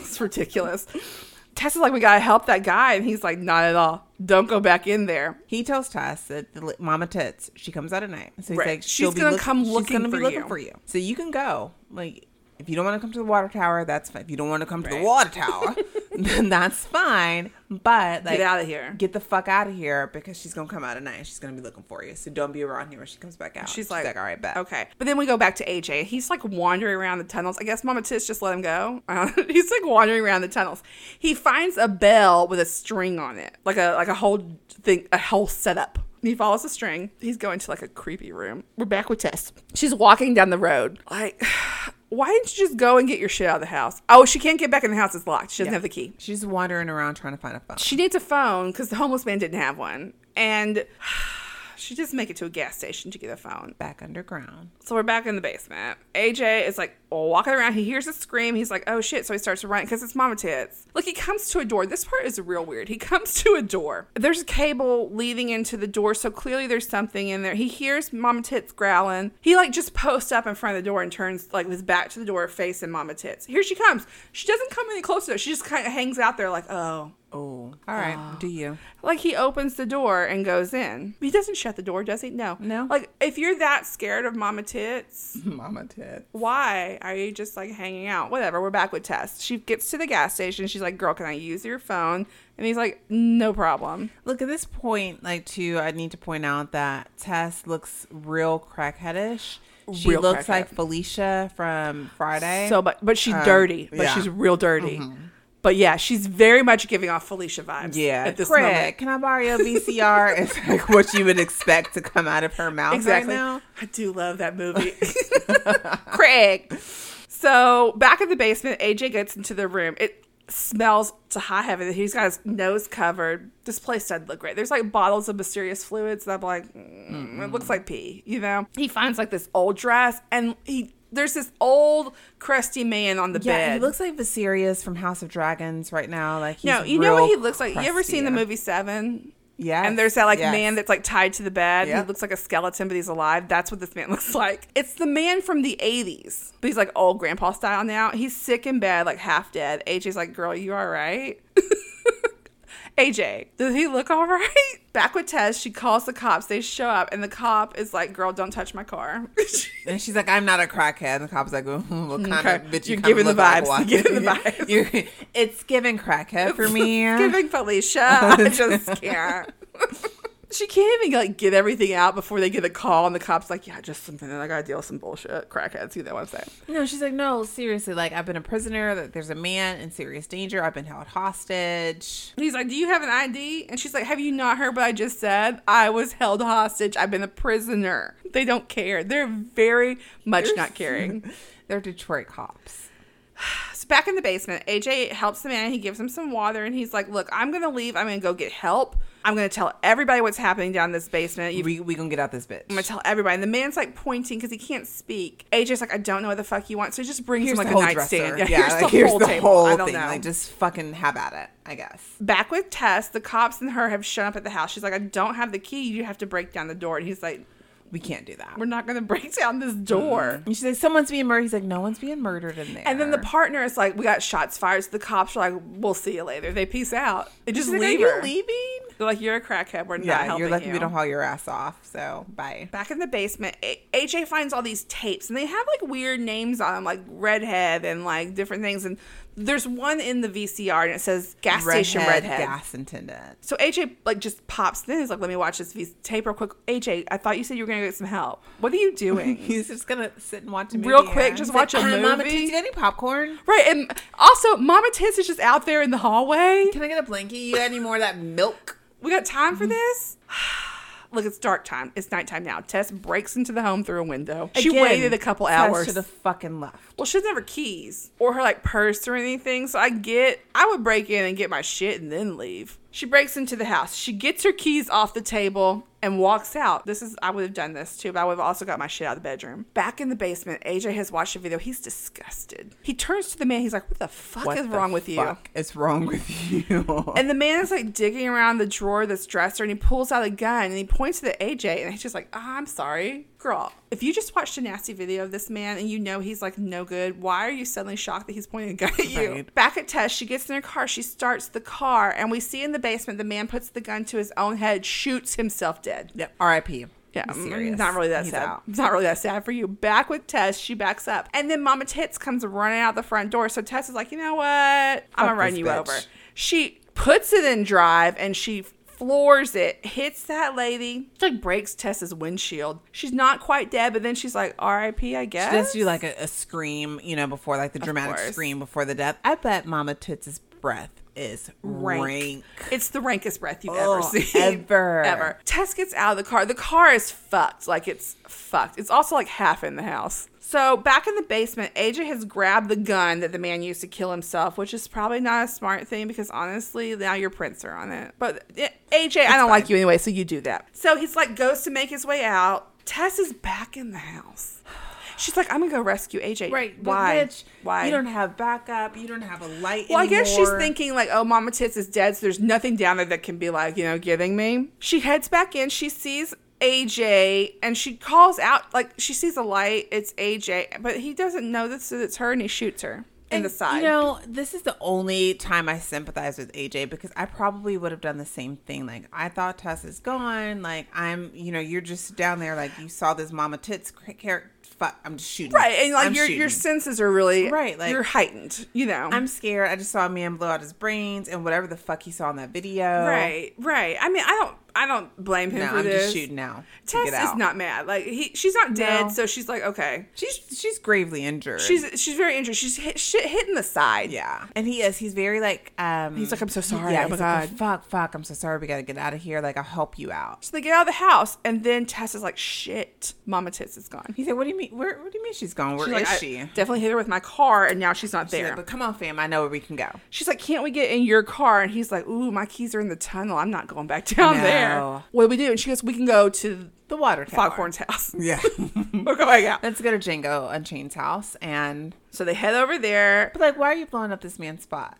A: it's ridiculous. Tessa's like, we gotta help that guy. And he's like, not at all. Don't go back in there.
B: He tells Tess that the li- Mama Tits, she comes out at night. So he's
A: Right.
B: like,
A: She's
B: she'll be
A: gonna
B: look-
A: come
B: she's
A: looking
B: gonna be
A: for
B: looking
A: you.
B: for you. So you can go. Like, if you don't want to come to the water tower, that's fine. If you don't want to come to
A: Right.
B: the water tower, then that's fine. But like,
A: Get out of here.
B: Get the fuck out of here because she's gonna come out at night. and She's gonna be looking for you. So don't be around here when she comes back out.
A: She's like,
B: all right, bet.
A: Okay. But then we go back to AJ. He's like wandering around the tunnels. I guess Mama Tish just let him go. Uh, He's like wandering around the tunnels. He finds a bell with a string on it, like a like a whole thing, a whole setup. He follows the string. He's going to like a creepy room. We're back with Tess. She's walking down the road. Like, why didn't you just go and get your shit out of the house? Oh, she can't get back in the house. It's locked. She doesn't have the key
B: She's wandering around trying to find a phone.
A: she needs a phone because the homeless man didn't have one. And she just make it to a gas station to get a phone.
B: Back underground.
A: So we're back in the basement. AJ is like walking around. He hears a scream. He's like, oh shit. So he starts running because it's Mama Tits. Look, he comes to a door. This part is real weird. He comes to a door. There's a cable leading into the door. So clearly there's something in there. He hears Mama Tits growling. He like just posts up in front of the door and turns like his back to the door, facing Mama Tits. Here she comes. She doesn't come any closer. She just kind of hangs out there like, oh,
B: Oh, All right, do you?
A: Like he opens the door and goes in. He doesn't shut the door, does he? No.
B: No.
A: Like if you're that scared of mama tits,
B: Mama tit.
A: why are you just like hanging out? Whatever. We're back with Tess. She gets to the gas station. She's like, "Girl, can I use your phone?" And he's like, "No problem."
B: Look at this point, like too. I need to point out that Tess looks real crackheadish. She
A: Real
B: looks
A: crackhead.
B: like Felicia from Friday.
A: So, but but she's
B: Um,
A: dirty. But
B: yeah. Mm-hmm.
A: she's real dirty. But yeah, she's very much giving off Felicia vibes.
B: yeah,
A: At this
B: Craig,
A: moment.
B: can I borrow your VCR? it's like what you would expect to come out of her mouth
A: Exactly.
B: right now.
A: I do love that movie. Craig. So back in the basement, AJ gets into the room. It smells to high heaven. He's got his nose covered. This place doesn't look great. There's like bottles of mysterious fluids, and I'm like, mm, it looks like pee. You know. He finds like this old dress, and he there's this old crusty man on the
B: Yeah,
A: bed.
B: he looks like Viserys from House of Dragons right now. Like he's
A: no, you know what
B: real
A: he looks like. You ever seen the
B: crusty.
A: movie Seven?
B: Yes,
A: And there's that like
B: yes.
A: man that's like tied to the bed.
B: Yep.
A: He looks like a skeleton, but he's alive. That's what this man looks like. It's the man from the 80s, but he's like old grandpa style now. He's sick in bed, like half dead. AJ's like, girl, you all right? AJ, does he look all right? Back with Tess, she calls the cops. They show up, and the cop is like, girl, don't touch my car.
B: And she's like, I'm not a crackhead. And the cop's like, "Ooh, what kind
A: Okay.
B: of bitch
A: You're
B: kinda
A: giving the
B: look like
A: vibes.
B: walking."
A: You're giving the vibes.
B: You're- it's giving crackhead for me.
A: giving Felicia.
B: Oh,
A: I just can't. she can't even like get everything out before they get a call, and the cops like, yeah, just something that I gotta deal with some bullshit crackheads. You know what I'm saying?
B: no, she's like, no, seriously. Like, I've been a prisoner. That There's a man in serious danger. I've been held hostage.
A: And He's like, do you have an ID? And she's like, have you not heard what I just said? I was held hostage. I've been a prisoner. They don't care. They're very much not caring.
B: They're Detroit cops.
A: So back in the basement, AJ helps the man. He gives him some water, and he's like, look, I'm gonna leave. I'm gonna go get help. I'm gonna tell everybody what's happening down this basement. You've
B: We we gonna get out this bitch.
A: I'm gonna tell everybody. And the man's like pointing because he can't speak. AJ's like, I don't know what the fuck you want. So he just brings him like a nightstand.
B: Yeah, here's the whole,
A: table. I don't
B: thing.
A: know.
B: Like, just fucking have at it. I guess.
A: Back with Tess, the cops and her have shown up at the house. She's like, I don't have the key. You have to break down the door. And he's like,
B: We can't do that.
A: We're not gonna break down this door.
B: And she's like, someone's being murdered. He's like, no one's being murdered in there.
A: And then the partner is like, We got shots fired. So the cops are like, We'll see you later. They peace out. They just
B: she's like, are
A: leave
B: you
A: her.
B: leaving?
A: They're like, You're a crackhead. We're not
B: Yeah,
A: helping
B: you're lucky
A: you.
B: we don't haul your ass off. So bye.
A: back in the basement, A- AJ finds all these tapes, and they have like weird names on them, like redhead and like different things. And there's one in the VCR, and it says gas station redhead.
B: gas attendant.
A: So AJ like just pops in. He's like, "Let me watch this v- tape real quick." AJ, I thought you said you were gonna get some help. What are you doing?
B: He's just gonna sit and watch a movie.
A: Real quick,
B: and-
A: just
B: He's
A: watch a
B: "Uh, Mama,
A: movie."
B: did you get any popcorn?
A: right, and also Mama Tits is just out there in the hallway.
B: Can I get a blanket? You got any more of that milk?
A: We got time
B: Mm-hmm.
A: for this? Look, it's dark time. It's nighttime now. Tess breaks into the home through a window. She
B: Again,
A: waited a couple
B: Tess
A: hours.
B: to the fucking left.
A: Well, she doesn't have her keys or her like purse or anything. So I get, I would break in and get my shit and then leave. She breaks into the house. She gets her keys off the table and walks out. This is, I would have done this too, but I would have also got my shit out of the bedroom. Back in the basement, AJ has watched a video. He's disgusted. He turns to the man. He's like, What the fuck is wrong with you?
B: It's wrong with you.
A: And the man is like digging around the drawer, this dresser, and he pulls out a gun and he points to the AJ and he's just like, Ah, I'm sorry. Girl, if you just watched a nasty video of this man and you know he's like no good, why are you suddenly shocked that he's pointing a gun at you?
B: Right.
A: Back at Tess, she gets in her car, she starts the car, and we see in the basement the man puts the gun to his own head, shoots himself dead.
B: Yep. R.I.P.
A: Yeah,
B: I'm
A: mm,
B: serious.
A: not really that
B: He's
A: sad.
B: out.
A: It's not really that sad for you. Back with Tess, she backs up, and then Mama Tits comes running out the front door. So Tess is like, you know what? I'm gonna
B: Fuck
A: run
B: this
A: you
B: bitch."
A: over. She puts it in drive, and she floors it, hits that lady, like breaks Tess's windshield. She's not quite dead, but then she's like, R.I.P. I guess.
B: She does do like a, a scream, you know, before like the dramatic
A: course.
B: scream before the death. I bet Mama Toots's breath is rank.
A: It's the rankest breath you've ever
B: Ugh,
A: seen.
B: Oh, ever.
A: Ever. Tess gets out of the car. The car is fucked. Like it's fucked. It's also like half in the house. So back in the basement, AJ has grabbed the gun that the man used to kill himself, which is probably not a smart thing because honestly, now your prints are on it. But eh, AJ, I don't like you anyway, so you do that. So he's like goes to make his way out. Tess is back in the house. She's like, I'm gonna go rescue AJ.
B: Right. but
A: Why?
B: bitch,
A: Why?
B: You don't have backup. You don't have a light.
A: Well, I guess she's
B: anymore.
A: thinking like, "Oh, Mama Tits is dead, so there's nothing down there that can be like, you know, giving me." She heads back in. She sees AJ, and she calls out like she sees a light. It's AJ, but he doesn't know this that it's her, and he shoots her. in the side.
B: You know, this is the only time I sympathize with AJ because I probably would have done the same thing. Like, I thought Tess is gone. Like, I'm, you know, you're just down there. Like, you saw this Mama Tits character. Fuck, I'm just shooting.
A: right, and like
B: I'm
A: your your
B: shooting.
A: senses are really
B: Right, like-
A: you're heightened. You know,
B: I'm scared. I just saw a man blow out his brains and whatever the fuck he saw in that video.
A: right, right. I mean, I don't I don't blame him
B: No,
A: for
B: I'm
A: this.
B: just shooting now. to
A: Tess
B: get out.
A: is not mad. Like he, she's not dead,
B: No.
A: so she's like okay.
B: She's she's gravely injured.
A: She's she's very injured. She's hit, shit hitting the side.
B: yeah, and he is. He's very like. um
A: He's like, "I'm so sorry. Oh my
B: he's like,
A: God."
B: fuck, fuck. I'm so sorry. We gotta get out of here. Like, I'll help you out.
A: So they get out of the house, and then Tess is like, "Shit, Mama Tits is gone."
B: He said, "What do you mean? Where? What do you mean she's gone? Where is
A: She's like, "I
B: she?"
A: Definitely hit her with my car, and now she's not
B: She's
A: there.
B: like, but come on, fam. I know where we can go.
A: She's like, "Can't we get in your car?" And he's like, "Ooh, my keys are in the tunnel. I'm not going back down
B: No.
A: there. What do we do?" And she goes, "We can go to
B: The water tower.
A: Foghorn's house.
B: Yeah.
A: We're going out."
B: Let's go to Django Unchained's house. And
A: So they head over there.
B: but like, why are you blowing up this man's spot?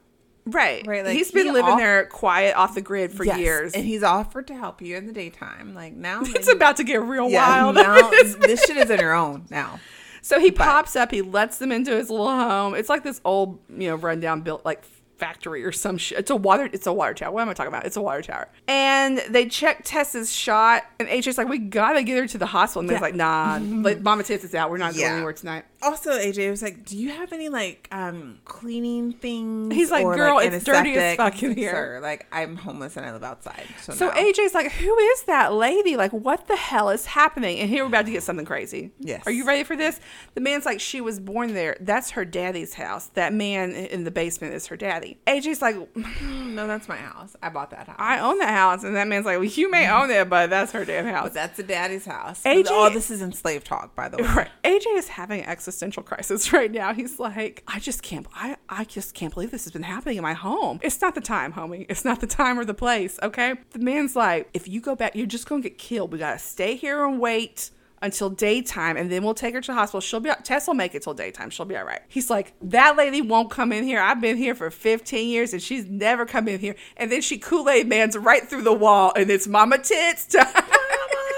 A: Right,
B: Right, like,
A: he's been
B: he
A: living
B: off-
A: there, quiet, off the grid for
B: Yes,
A: years.
B: and he's offered to help you in the daytime. Like now,
A: It's about to get real
B: yeah,
A: wild.
B: Now this shit is in her own now.
A: So he pops up, he lets them into his little home. It's like this old, you know, rundown built like factory or some shit. It's a water it's a water tower. What am I talking about? It's a water tower. And they check Tessa's shot and AJ's like, We gotta get her to the hospital. And he's
B: Yeah.
A: like, nah, like Mama Tits is out. We're not going
B: Yeah.
A: anywhere tonight.
B: Also, AJ was like, "Do you have any like um cleaning things?"
A: He's like, "Girl, it's dirty as
B: antiseptic?"
A: fuck
B: He's like,
A: in here.
B: "Sir, like I'm homeless and I live outside. So,
A: So
B: no."
A: AJ's like, Who is that lady? Like, what the hell is happening? And here we're about to get something crazy.
B: Yes.
A: Are you ready for this? The man's like, She was born there. That's her daddy's house. That man in the basement is her daddy. AJ's like,
B: no, that's my house. I bought that house.
A: I own that house. And that man's like, well, you may own it, but that's her damn
B: But
A: house.
B: that's a daddy's house.
A: AJ
B: AJ, all this is in slave talk, by the way.
A: Right. AJ is having an existential crisis right now. He's like, I just can't, I, I just can't believe this has been happening in my home. It's not the time, homie. It's not the time or the place. Okay. The man's like, if you go back, you're just going to get killed. We got to stay here and wait until daytime and then we'll take her to the hospital. She'll be, Tess will make it till daytime. She'll be all right. He's like, that lady won't come in here. I've been here for 15 years and she's never come in here. And then she Kool-Aid mans right through the wall and it's mama tits time.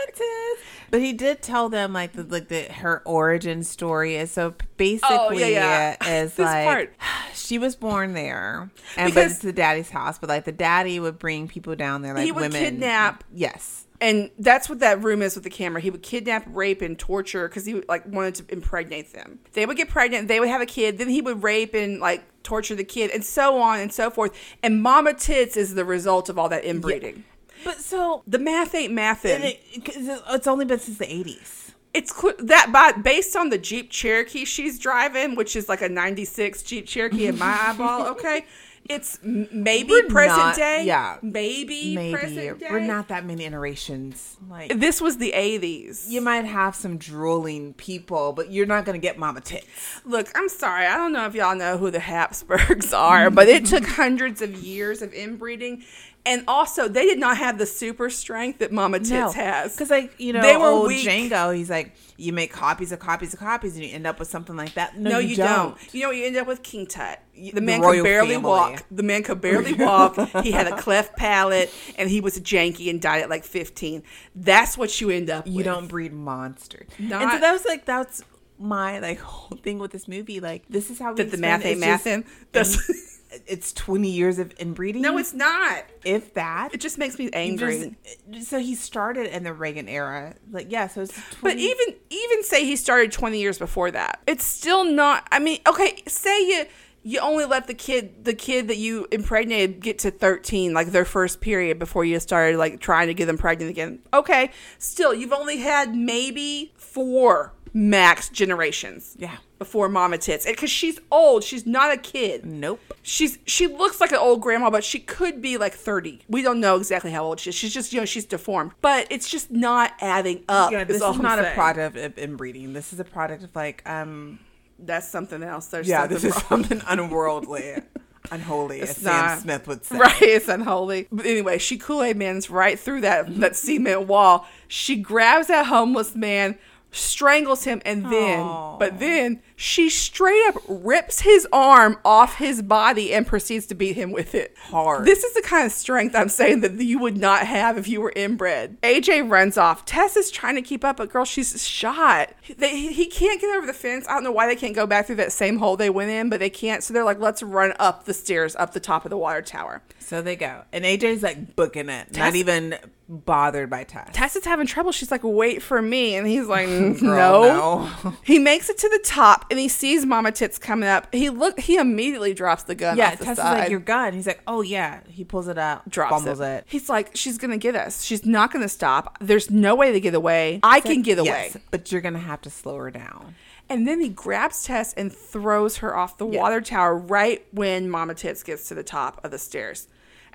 B: But he did tell them like the like the her origin story is so basically
A: Oh, yeah, yeah.
B: is
A: This
B: like
A: part.
B: she was born there and
A: Because-
B: but it's the daddy's house. But like the daddy would bring people down there like
A: He would
B: women
A: kidnap-
B: yes
A: and that's what that room is with the camera. He would kidnap, rape, and torture because he like wanted to impregnate them. They would get pregnant, they would have a kid, then he would rape and like torture the kid, and so on and so forth. And Mama Tits is the result of all that inbreeding.
B: But so
A: The math ain't mathin'.
B: and it- 'cause it's only been since the eighties.
A: it's cl- that by based on the Jeep Cherokee she's driving, which is like a '96 Jeep Cherokee in my eyeball. Okay, it's m- maybe
B: We're
A: present
B: not-
A: day.
B: yeah.
A: maybe,
B: Maybe
A: present day.
B: we're not that many iterations. Like
A: This was the '80s.
B: you might have some drooling people, but you're not gonna get mama tits.
A: Look, I'm sorry. I don't know if y'all know who the Habsburgs are, but it took hundreds of years of inbreeding. And also, they did not have the super strength that Mama Tits has.
B: Because like you know,
A: They were
B: old
A: weak.
B: Django. He's like, you make copies of copies of copies, and you end up with something like that. No,
A: no, you, don't. You know, what you end up with King Tut. The man could
B: royal
A: barely
B: family.
A: walk. The man could barely walk. He had a cleft palate, and he was janky and died at like 15. That's what you end up
B: You
A: with.
B: don't breed monsters. and so
A: Not-
B: that was like that's my like whole thing with this movie. Like this is how we
A: That the
B: explain
A: math
B: it.
A: ain't
B: It's just-
A: mathin'. That's
B: It's twenty years of inbreeding.
A: no, it's not.
B: if that.
A: It just makes me
B: Just-
A: angry.
B: so he started in the Reagan era. Like yeah, so it's 20,
A: But even even say he started 20 years before that. It's still not I mean, okay, say you you only let the kid the kid that you impregnated get to 13 like their first period before you started like trying to get them pregnant again. Okay, still you've only had maybe 4 max generations.
B: Yeah.
A: Before mama tits. And cuz she's old, she's not a kid.
B: nope.
A: She's she looks like an old grandma, but she could be like thirty. We don't know exactly how old she is. She's just you know she's deformed, but it's just not adding up.
B: Yeah,
A: is
B: this is
A: all I'm
B: not a
A: saying.
B: product of inbreeding. This is a product of like um
A: That's something else. There's
B: Yeah,
A: something
B: this is
A: wrong.
B: something unworldly, unholy, as
A: not-
B: Sam Smith would say.
A: Right, it's unholy. But anyway, she Kool Aid mans right through that that cement wall. She grabs that homeless man, strangles him and then
B: Aw.
A: but then she straight up rips his arm off his body and proceeds to beat him with it
B: Hard.
A: this is the kind of strength i'm saying that you would not have if you were inbred aj runs off tess is trying to keep up but girl she's shot they, he can't get over the fence i don't know why they can't go back through that same hole they went in but they can't so they're like let's run up the stairs up the top of the water tower
B: So they go. And AJ's like booking it, not even bothered by Tess.
A: Tess is having trouble. She's like, wait for me. And he's like, no.
B: Girl, no.
A: he makes it to the top and he sees Mama Tits coming up. He look. He immediately drops the gun
B: yeah,
A: off the
B: Tess
A: side.
B: is like, your gun. He's like, oh, yeah. He pulls it out,
A: drops
B: fumbles
A: it.
B: it.
A: He's like, she's going to get us. She's not going to stop. There's no way to get away. I can get away.
B: Yes, but you're going to have to slow her down.
A: And then he grabs Tess and throws her off the water tower right when Mama Tits gets to the top of the stairs.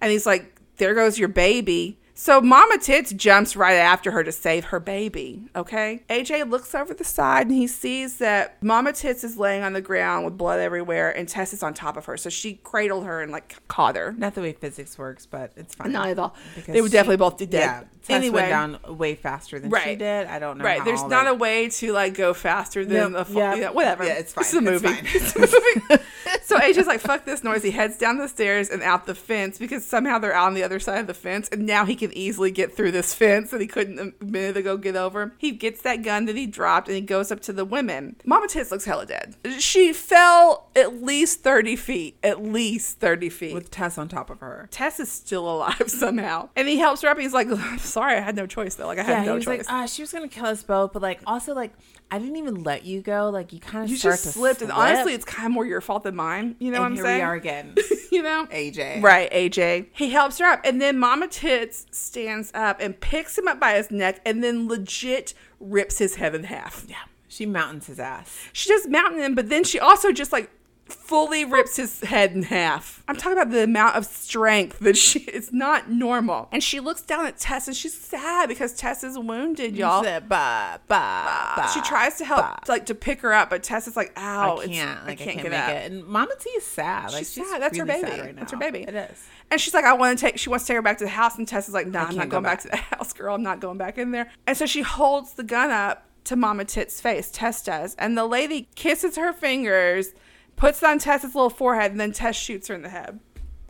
A: And he's like, There goes your baby. So Mama Tits jumps right after her to save her baby. Okay. AJ looks over the side and he sees that Mama Tits is laying on the ground with blood everywhere and Tess is on top of her. So she cradled her and like caught her.
B: Not the way physics works, but it's fine.
A: Not at all.
B: Because
A: they would
B: she-
A: definitely both be
B: Yeah,
A: dead.
B: Tess went down way faster than she
A: Right.
B: did. I don't know.
A: Right.
B: how,
A: There's
B: like-
A: not a way to like go faster than
B: Nope.
A: the fu-
B: Yeah.
A: yeah, whatever.
B: Yeah, it's
A: This is a
B: fine.
A: movie.
B: It's
A: It's a movie. so AJ's like, fuck this noise. He heads down the stairs and out the fence because somehow they're out on the other side of the fence and now he can easily get through this fence that he couldn't a minute ago get over. He gets that gun that he dropped and he goes up to the women. Mama Tits looks hella dead. She fell at least 30 feet. At least 30 feet.
B: with Tess on top of her.
A: Tess is still alive somehow. And he helps her up. He's like, I'm sorry, I had no choice though. Like, I had
B: Yeah,
A: no
B: he was
A: choice.
B: like, uh, she was gonna kill us both, but like also like I didn't even let you go. Like you kind of
A: you just slipped, and honestly, it's kind of more your fault than mine. You know
B: and here
A: what I'm saying?
B: we are again,
A: you know,
B: AJ.
A: right? AJ. He helps her up, and then Mama Tits stands up and picks him up by his neck, and then legit rips his head in half.
B: Yeah, she mountains his ass.
A: She just mounting him, but then she also just like fully rips his head in half. I'm talking about the amount of strength that she it's not normal. And she looks down at Tess and she's sad because Tess is wounded, y'all.
B: said, bah, bah, bah,
A: She tries to help
B: bah.
A: like to pick her up, but Tess is like, ow,
B: I
A: Oh, it's-
B: can't. Like I can't, make
A: up."
B: it. And Mama T is sad. Like
A: she's
B: she's,
A: sad. That's
B: really
A: her baby.
B: sad right now.
A: That's her baby.
B: It is.
A: And she's like, I want to take. She wants to take her back to the house. And Tess is like, Nah, I'm not
B: can't
A: going
B: go
A: back. to the house, girl. I'm not going back in there. And so she holds the gun up to Mama Tit's face. Tess does, and the lady kisses her fingers, puts it on Tess's little forehead, and then Tess shoots her in the head.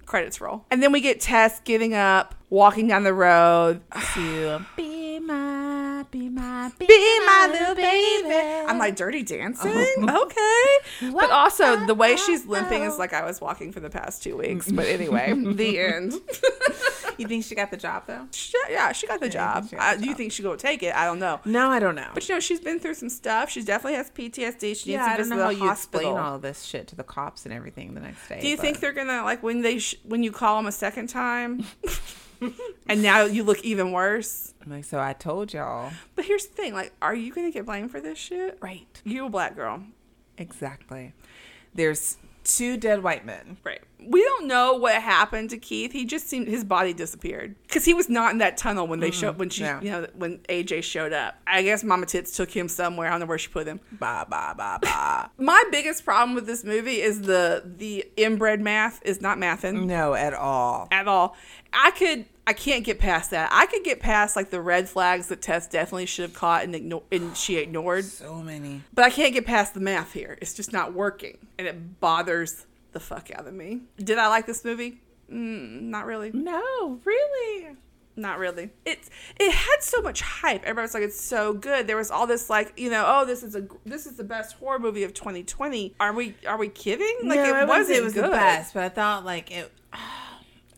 A: Credits roll. And then we get Tess giving up, walking down the road.
B: To be my, be my, be,
A: Be my little baby. I'm like dirty dancing. Okay. But also the way she's limping is like I was walking for the past two weeks. But anyway, the end.
B: you think she got the job though?
A: She, yeah, she got the
B: Yeah,
A: job.
B: she got
A: I,
B: the
A: do you
B: job.
A: think she'll go take it? I don't know.
B: No, I don't know.
A: But you know, she's been through some stuff. She definitely has PTSD. She needs
B: yeah, I
A: to
B: don't
A: visit
B: know how
A: the
B: you explain
A: hospital.
B: all this shit to the cops and everything the next day.
A: do you
B: but-
A: think they're gonna like when they sh- when you call them a second time, and now you look even worse?
B: I'm like, so I told y'all.
A: But here's the thing: like, are you gonna get blamed for this shit?
B: Right.
A: You a black girl,
B: Exactly. There's two dead white men.
A: right? We don't know what happened to Keith. He just seemed his body disappeared because he was not in that tunnel when they showed when she
B: yeah.
A: you know when AJ showed up. I guess Mama Tits took him somewhere. I don't know where she put him.
B: Ba ba ba ba.
A: My biggest problem with this movie is the the inbred math is not mathing
B: no, at all.
A: at all. I could I can't get past that. I could get past like the red flags that Tess definitely should have caught and igno- and she ignored,
B: So many.
A: but I can't get past the math here. It's just not working, and it bothers the fuck out of me. Did I like this movie? Mm, not really.
B: No, really.
A: Not really. It's it had so much hype. Everybody was like, "It's so good." There was all this like, you know, "Oh, this is a this is the best horror movie of 2020." Are we are we kidding? Like
B: no,
A: it, wasn't.
B: It was
A: good.
B: the best, but I thought like it.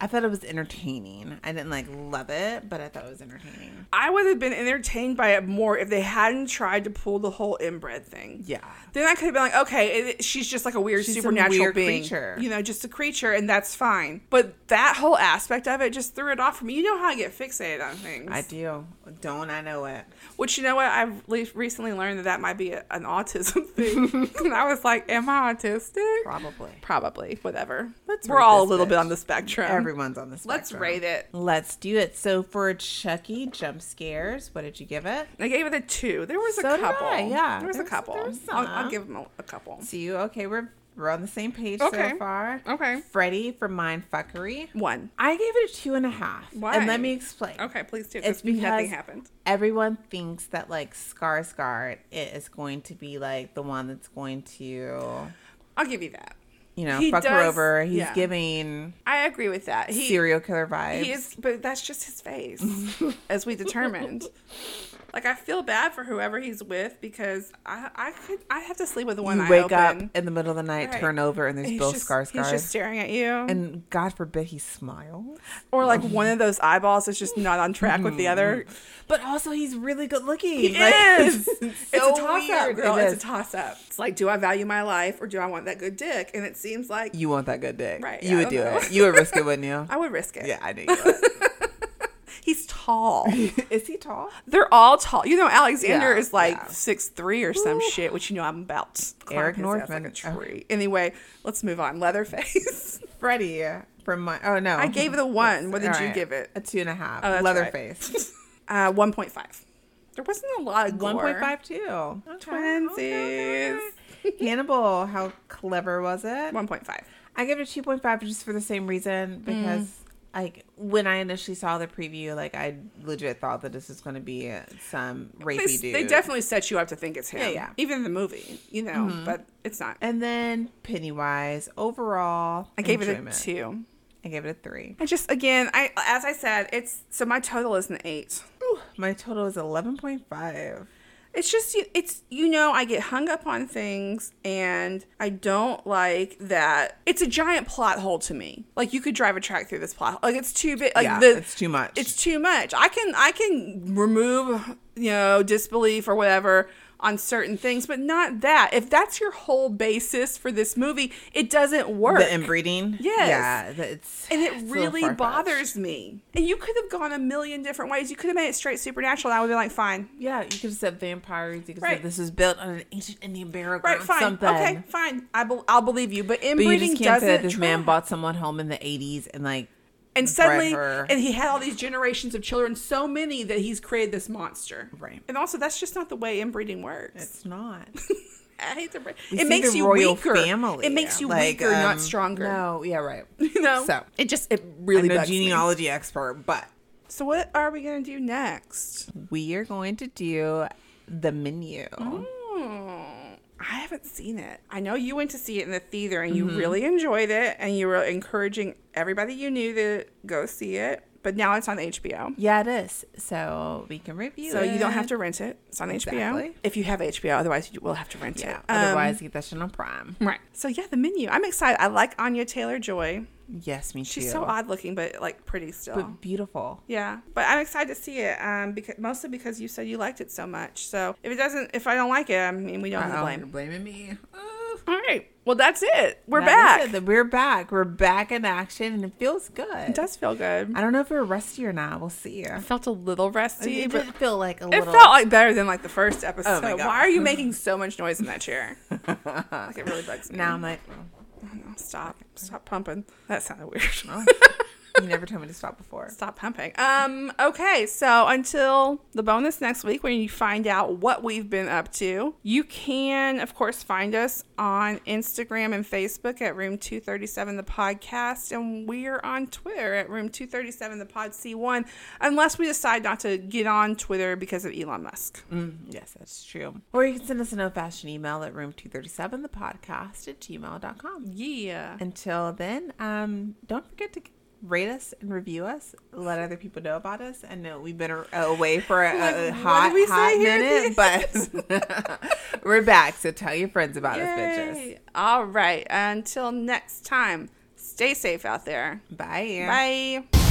B: I thought it was entertaining. I didn't like love it, but I thought it was entertaining.
A: I would have been entertained by it more if they hadn't tried to pull the whole inbred thing.
B: Yeah.
A: Then I could have been like, okay, it, she's just like a weird
B: She's a
A: supernatural
B: weird
A: being,
B: creature.
A: you know, just a creature, and that's fine. But that whole aspect of it just threw it off for me. You know how I get fixated on things.
B: I do. Don't I know it?
A: Which you know what I've le- recently learned that that might be a, an autism thing. and I was like, am I autistic?
B: Probably.
A: Probably. Whatever.
B: Let's
A: We're
B: rate
A: all a
B: this
A: little bit
B: bitch.
A: on the spectrum.
B: Everyone's on this.
A: Let's rate it.
B: Let's do it. So for Chucky jump scares, what did you give it?
A: I gave it a two. There was
B: So
A: a
B: did I,
A: couple.
B: yeah.
A: There was a
B: There was-
A: couple.
B: there was
A: I'll, I'll
B: some.
A: give them a, a couple.
B: to you. Okay, we're We're on the same page
C: Okay.
B: so far.
C: Okay.
B: Freddie from Mindfuckery.
A: One.
B: I gave it a two and a half.
C: Why?
B: And let me explain.
C: Okay, please do.
B: It's
C: It's because nothing
B: because-
C: happened.
B: Everyone thinks that like Skarsgård is going to be like the one that's going to,
A: I'll give you that.
B: you know,
A: He
B: fuck her
A: does-
B: over. He's
A: yeah.
B: giving
A: I agree with that. He
B: serial killer vibes.
A: he is, but that's just his face, as we determined. Like I feel bad for whoever he's with because I I could I have to sleep with one
B: you
A: eye
B: wake
A: open.
B: up in the middle of the night,
A: Right.
B: turn over, and there's
A: he's
B: Bill
A: just,
B: Skarsgård.
A: He's just staring at you,
B: and Oh. God forbid he smiles.
A: or like one of those eyeballs is just not on track with the other.
B: But also, he's really good looking.
A: He is. It's, a toss up, girl.
B: It
A: It's
B: is.
A: a toss up. It's like, do I value my life or do I want that good dick? And it seems like
B: you want that good dick.
A: Right,
B: You
A: yeah, I
B: would
A: don't
B: do
A: know.
B: it. You would risk it, wouldn't you?
A: I would risk it.
B: yeah, I knew you
A: He's tall.
B: would. is he tall?
A: They're all tall. You know, Alexander
B: Yeah,
A: is like
B: yeah.
A: six three or some shit, which you know I'm about. Climb
B: Eric
A: his ass
B: Northman.
A: like
B: Oh.
A: a tree. Anyway, let's move on. Leatherface.
B: Freddie from my. Oh, no.
A: I gave it a one. What did
B: All
A: you
B: right.
A: give it?
B: A two and a half.
A: Oh, that's
B: Leatherface.
A: Uh, one point five. There wasn't a lot of gore.
B: One point five two. Oh,
A: Twinsies.
B: Hannibal, how clever was it?
A: One point five.
B: I give it a two point five just for the same reason
A: Mm.
B: because like when I initially saw the preview, like I legit thought that this was going to be uh, some
A: They,
B: rapey dude.
A: they definitely set you up to think it's him. Mm-hmm.
B: Yeah, yeah.
A: Even the movie, you know, but it's not.
B: And then Pennywise overall,
A: I gave
B: enjoyment.
A: it a two.
B: I gave it a three.
A: I just again, I as I said, it's so my total is an eight.
B: My total is eleven point five.
A: It's just you- it's you know I get hung up on things and I don't like that. It's a giant plot hole to me. Like you could drive a track through this plot. Like it's too big. Like
B: yeah,
A: the
B: it's too much.
A: it's too much. I can I can remove you know disbelief or whatever on certain things, but not that. If that's your whole basis for this movie, it doesn't work.
B: the inbreeding.
A: Yes.
B: Yeah, the- it's
A: and
B: it's a
A: it
B: little
A: really
B: far-fetched.
A: bothers me. And you could have gone a million different ways. You could have made it straight supernatural. And I would be like, fine,
B: Yeah, you could have said vampires. You could have
A: Right.
B: said this was built on an ancient Indian burial ground.
A: Right, fine.
B: Something.
A: Okay, fine. I bel I'll believe you. But
B: But you
A: inbreeding
B: just can't
A: doesn't.
B: say that this
A: track.
B: man bought someone home in the 80s and like.
A: and suddenly,
B: her.
A: and he had all these generations of children, so many that he's created this monster.
B: Right.
A: And also, that's just not the way inbreeding works.
B: It's not.
A: I hate to break.
B: We
A: It
B: see
A: makes
B: the
A: you
B: royal
A: weaker.
B: family,
A: It makes you
B: like,
A: weaker,
B: um,
A: not stronger.
B: No, yeah, right.
A: You know.
B: So
A: it just it
B: I'm
A: really
B: no
A: bugs me.
B: genealogy expert, but
A: So what are we gonna do next?
B: we are going to do the menu.
A: Mm-hmm. Hmm. I haven't seen it. I know you went to see it in the theater and
B: Mm-hmm.
A: you really enjoyed it and you were encouraging everybody you knew to go see it, but now it's on HBO.
B: Yeah, it is. So we can review.
A: So you don't have
B: it.
A: to rent it. It's on HBO.
B: Exactly.
A: If you have HBO, otherwise you will have to rent
B: Yeah.
A: it.
B: Otherwise, get that shit on Prime.
A: Um, right. So yeah, the menu. I'm excited. I like Anya Taylor Joy.
B: Yes, me too.
A: She's so odd looking, but like pretty still.
B: but beautiful.
A: yeah, but I'm excited to see it. Um, because mostly because you said you liked it so much. So if it doesn't, if I don't like it, I mean we don't have to
B: Uh-oh,
A: blame.
B: you're blaming me. Ooh.
A: All right. Well, that's it. We're
B: That
A: back.
B: is it. We're back. We're back in action, and it feels good.
A: It does feel good.
B: I don't know if we're rusty or not. We'll see.
A: I felt a little resty,
B: it
A: but
B: did feel like a
A: it
B: little.
A: felt like better than like the first episode.
B: God.
A: Why are you making so much noise in that chair? Mm-hmm. like it really bugs me.
B: now I'm like,
A: No, stop, stop pumping. That sounded weird.
B: you never told me to stop before.
A: stop pumping. Um. Okay. So until the bonus next week, when you find out what we've been up to, you can of course find us on Instagram and Facebook at Room Two Thirty Seven the podcast, and we're on Twitter at Room Two Thirty Seven the pod C one, unless we decide not to get on Twitter because of Elon Musk.
B: Mm, yes, that's true. Or you can send us an old fashioned email at room237, the podcast at gmail.com.
A: Yeah.
B: Until then, um, don't forget to rate us and review us. Let other people know about us. I know we've been a- away for a, a
A: Like, what
B: hot,
A: did we
B: hot
A: say here
B: minute, but we're back. So tell your friends about us, bitches.
A: Yay. All right. Until next time, stay safe out there.
B: Bye.
A: Bye.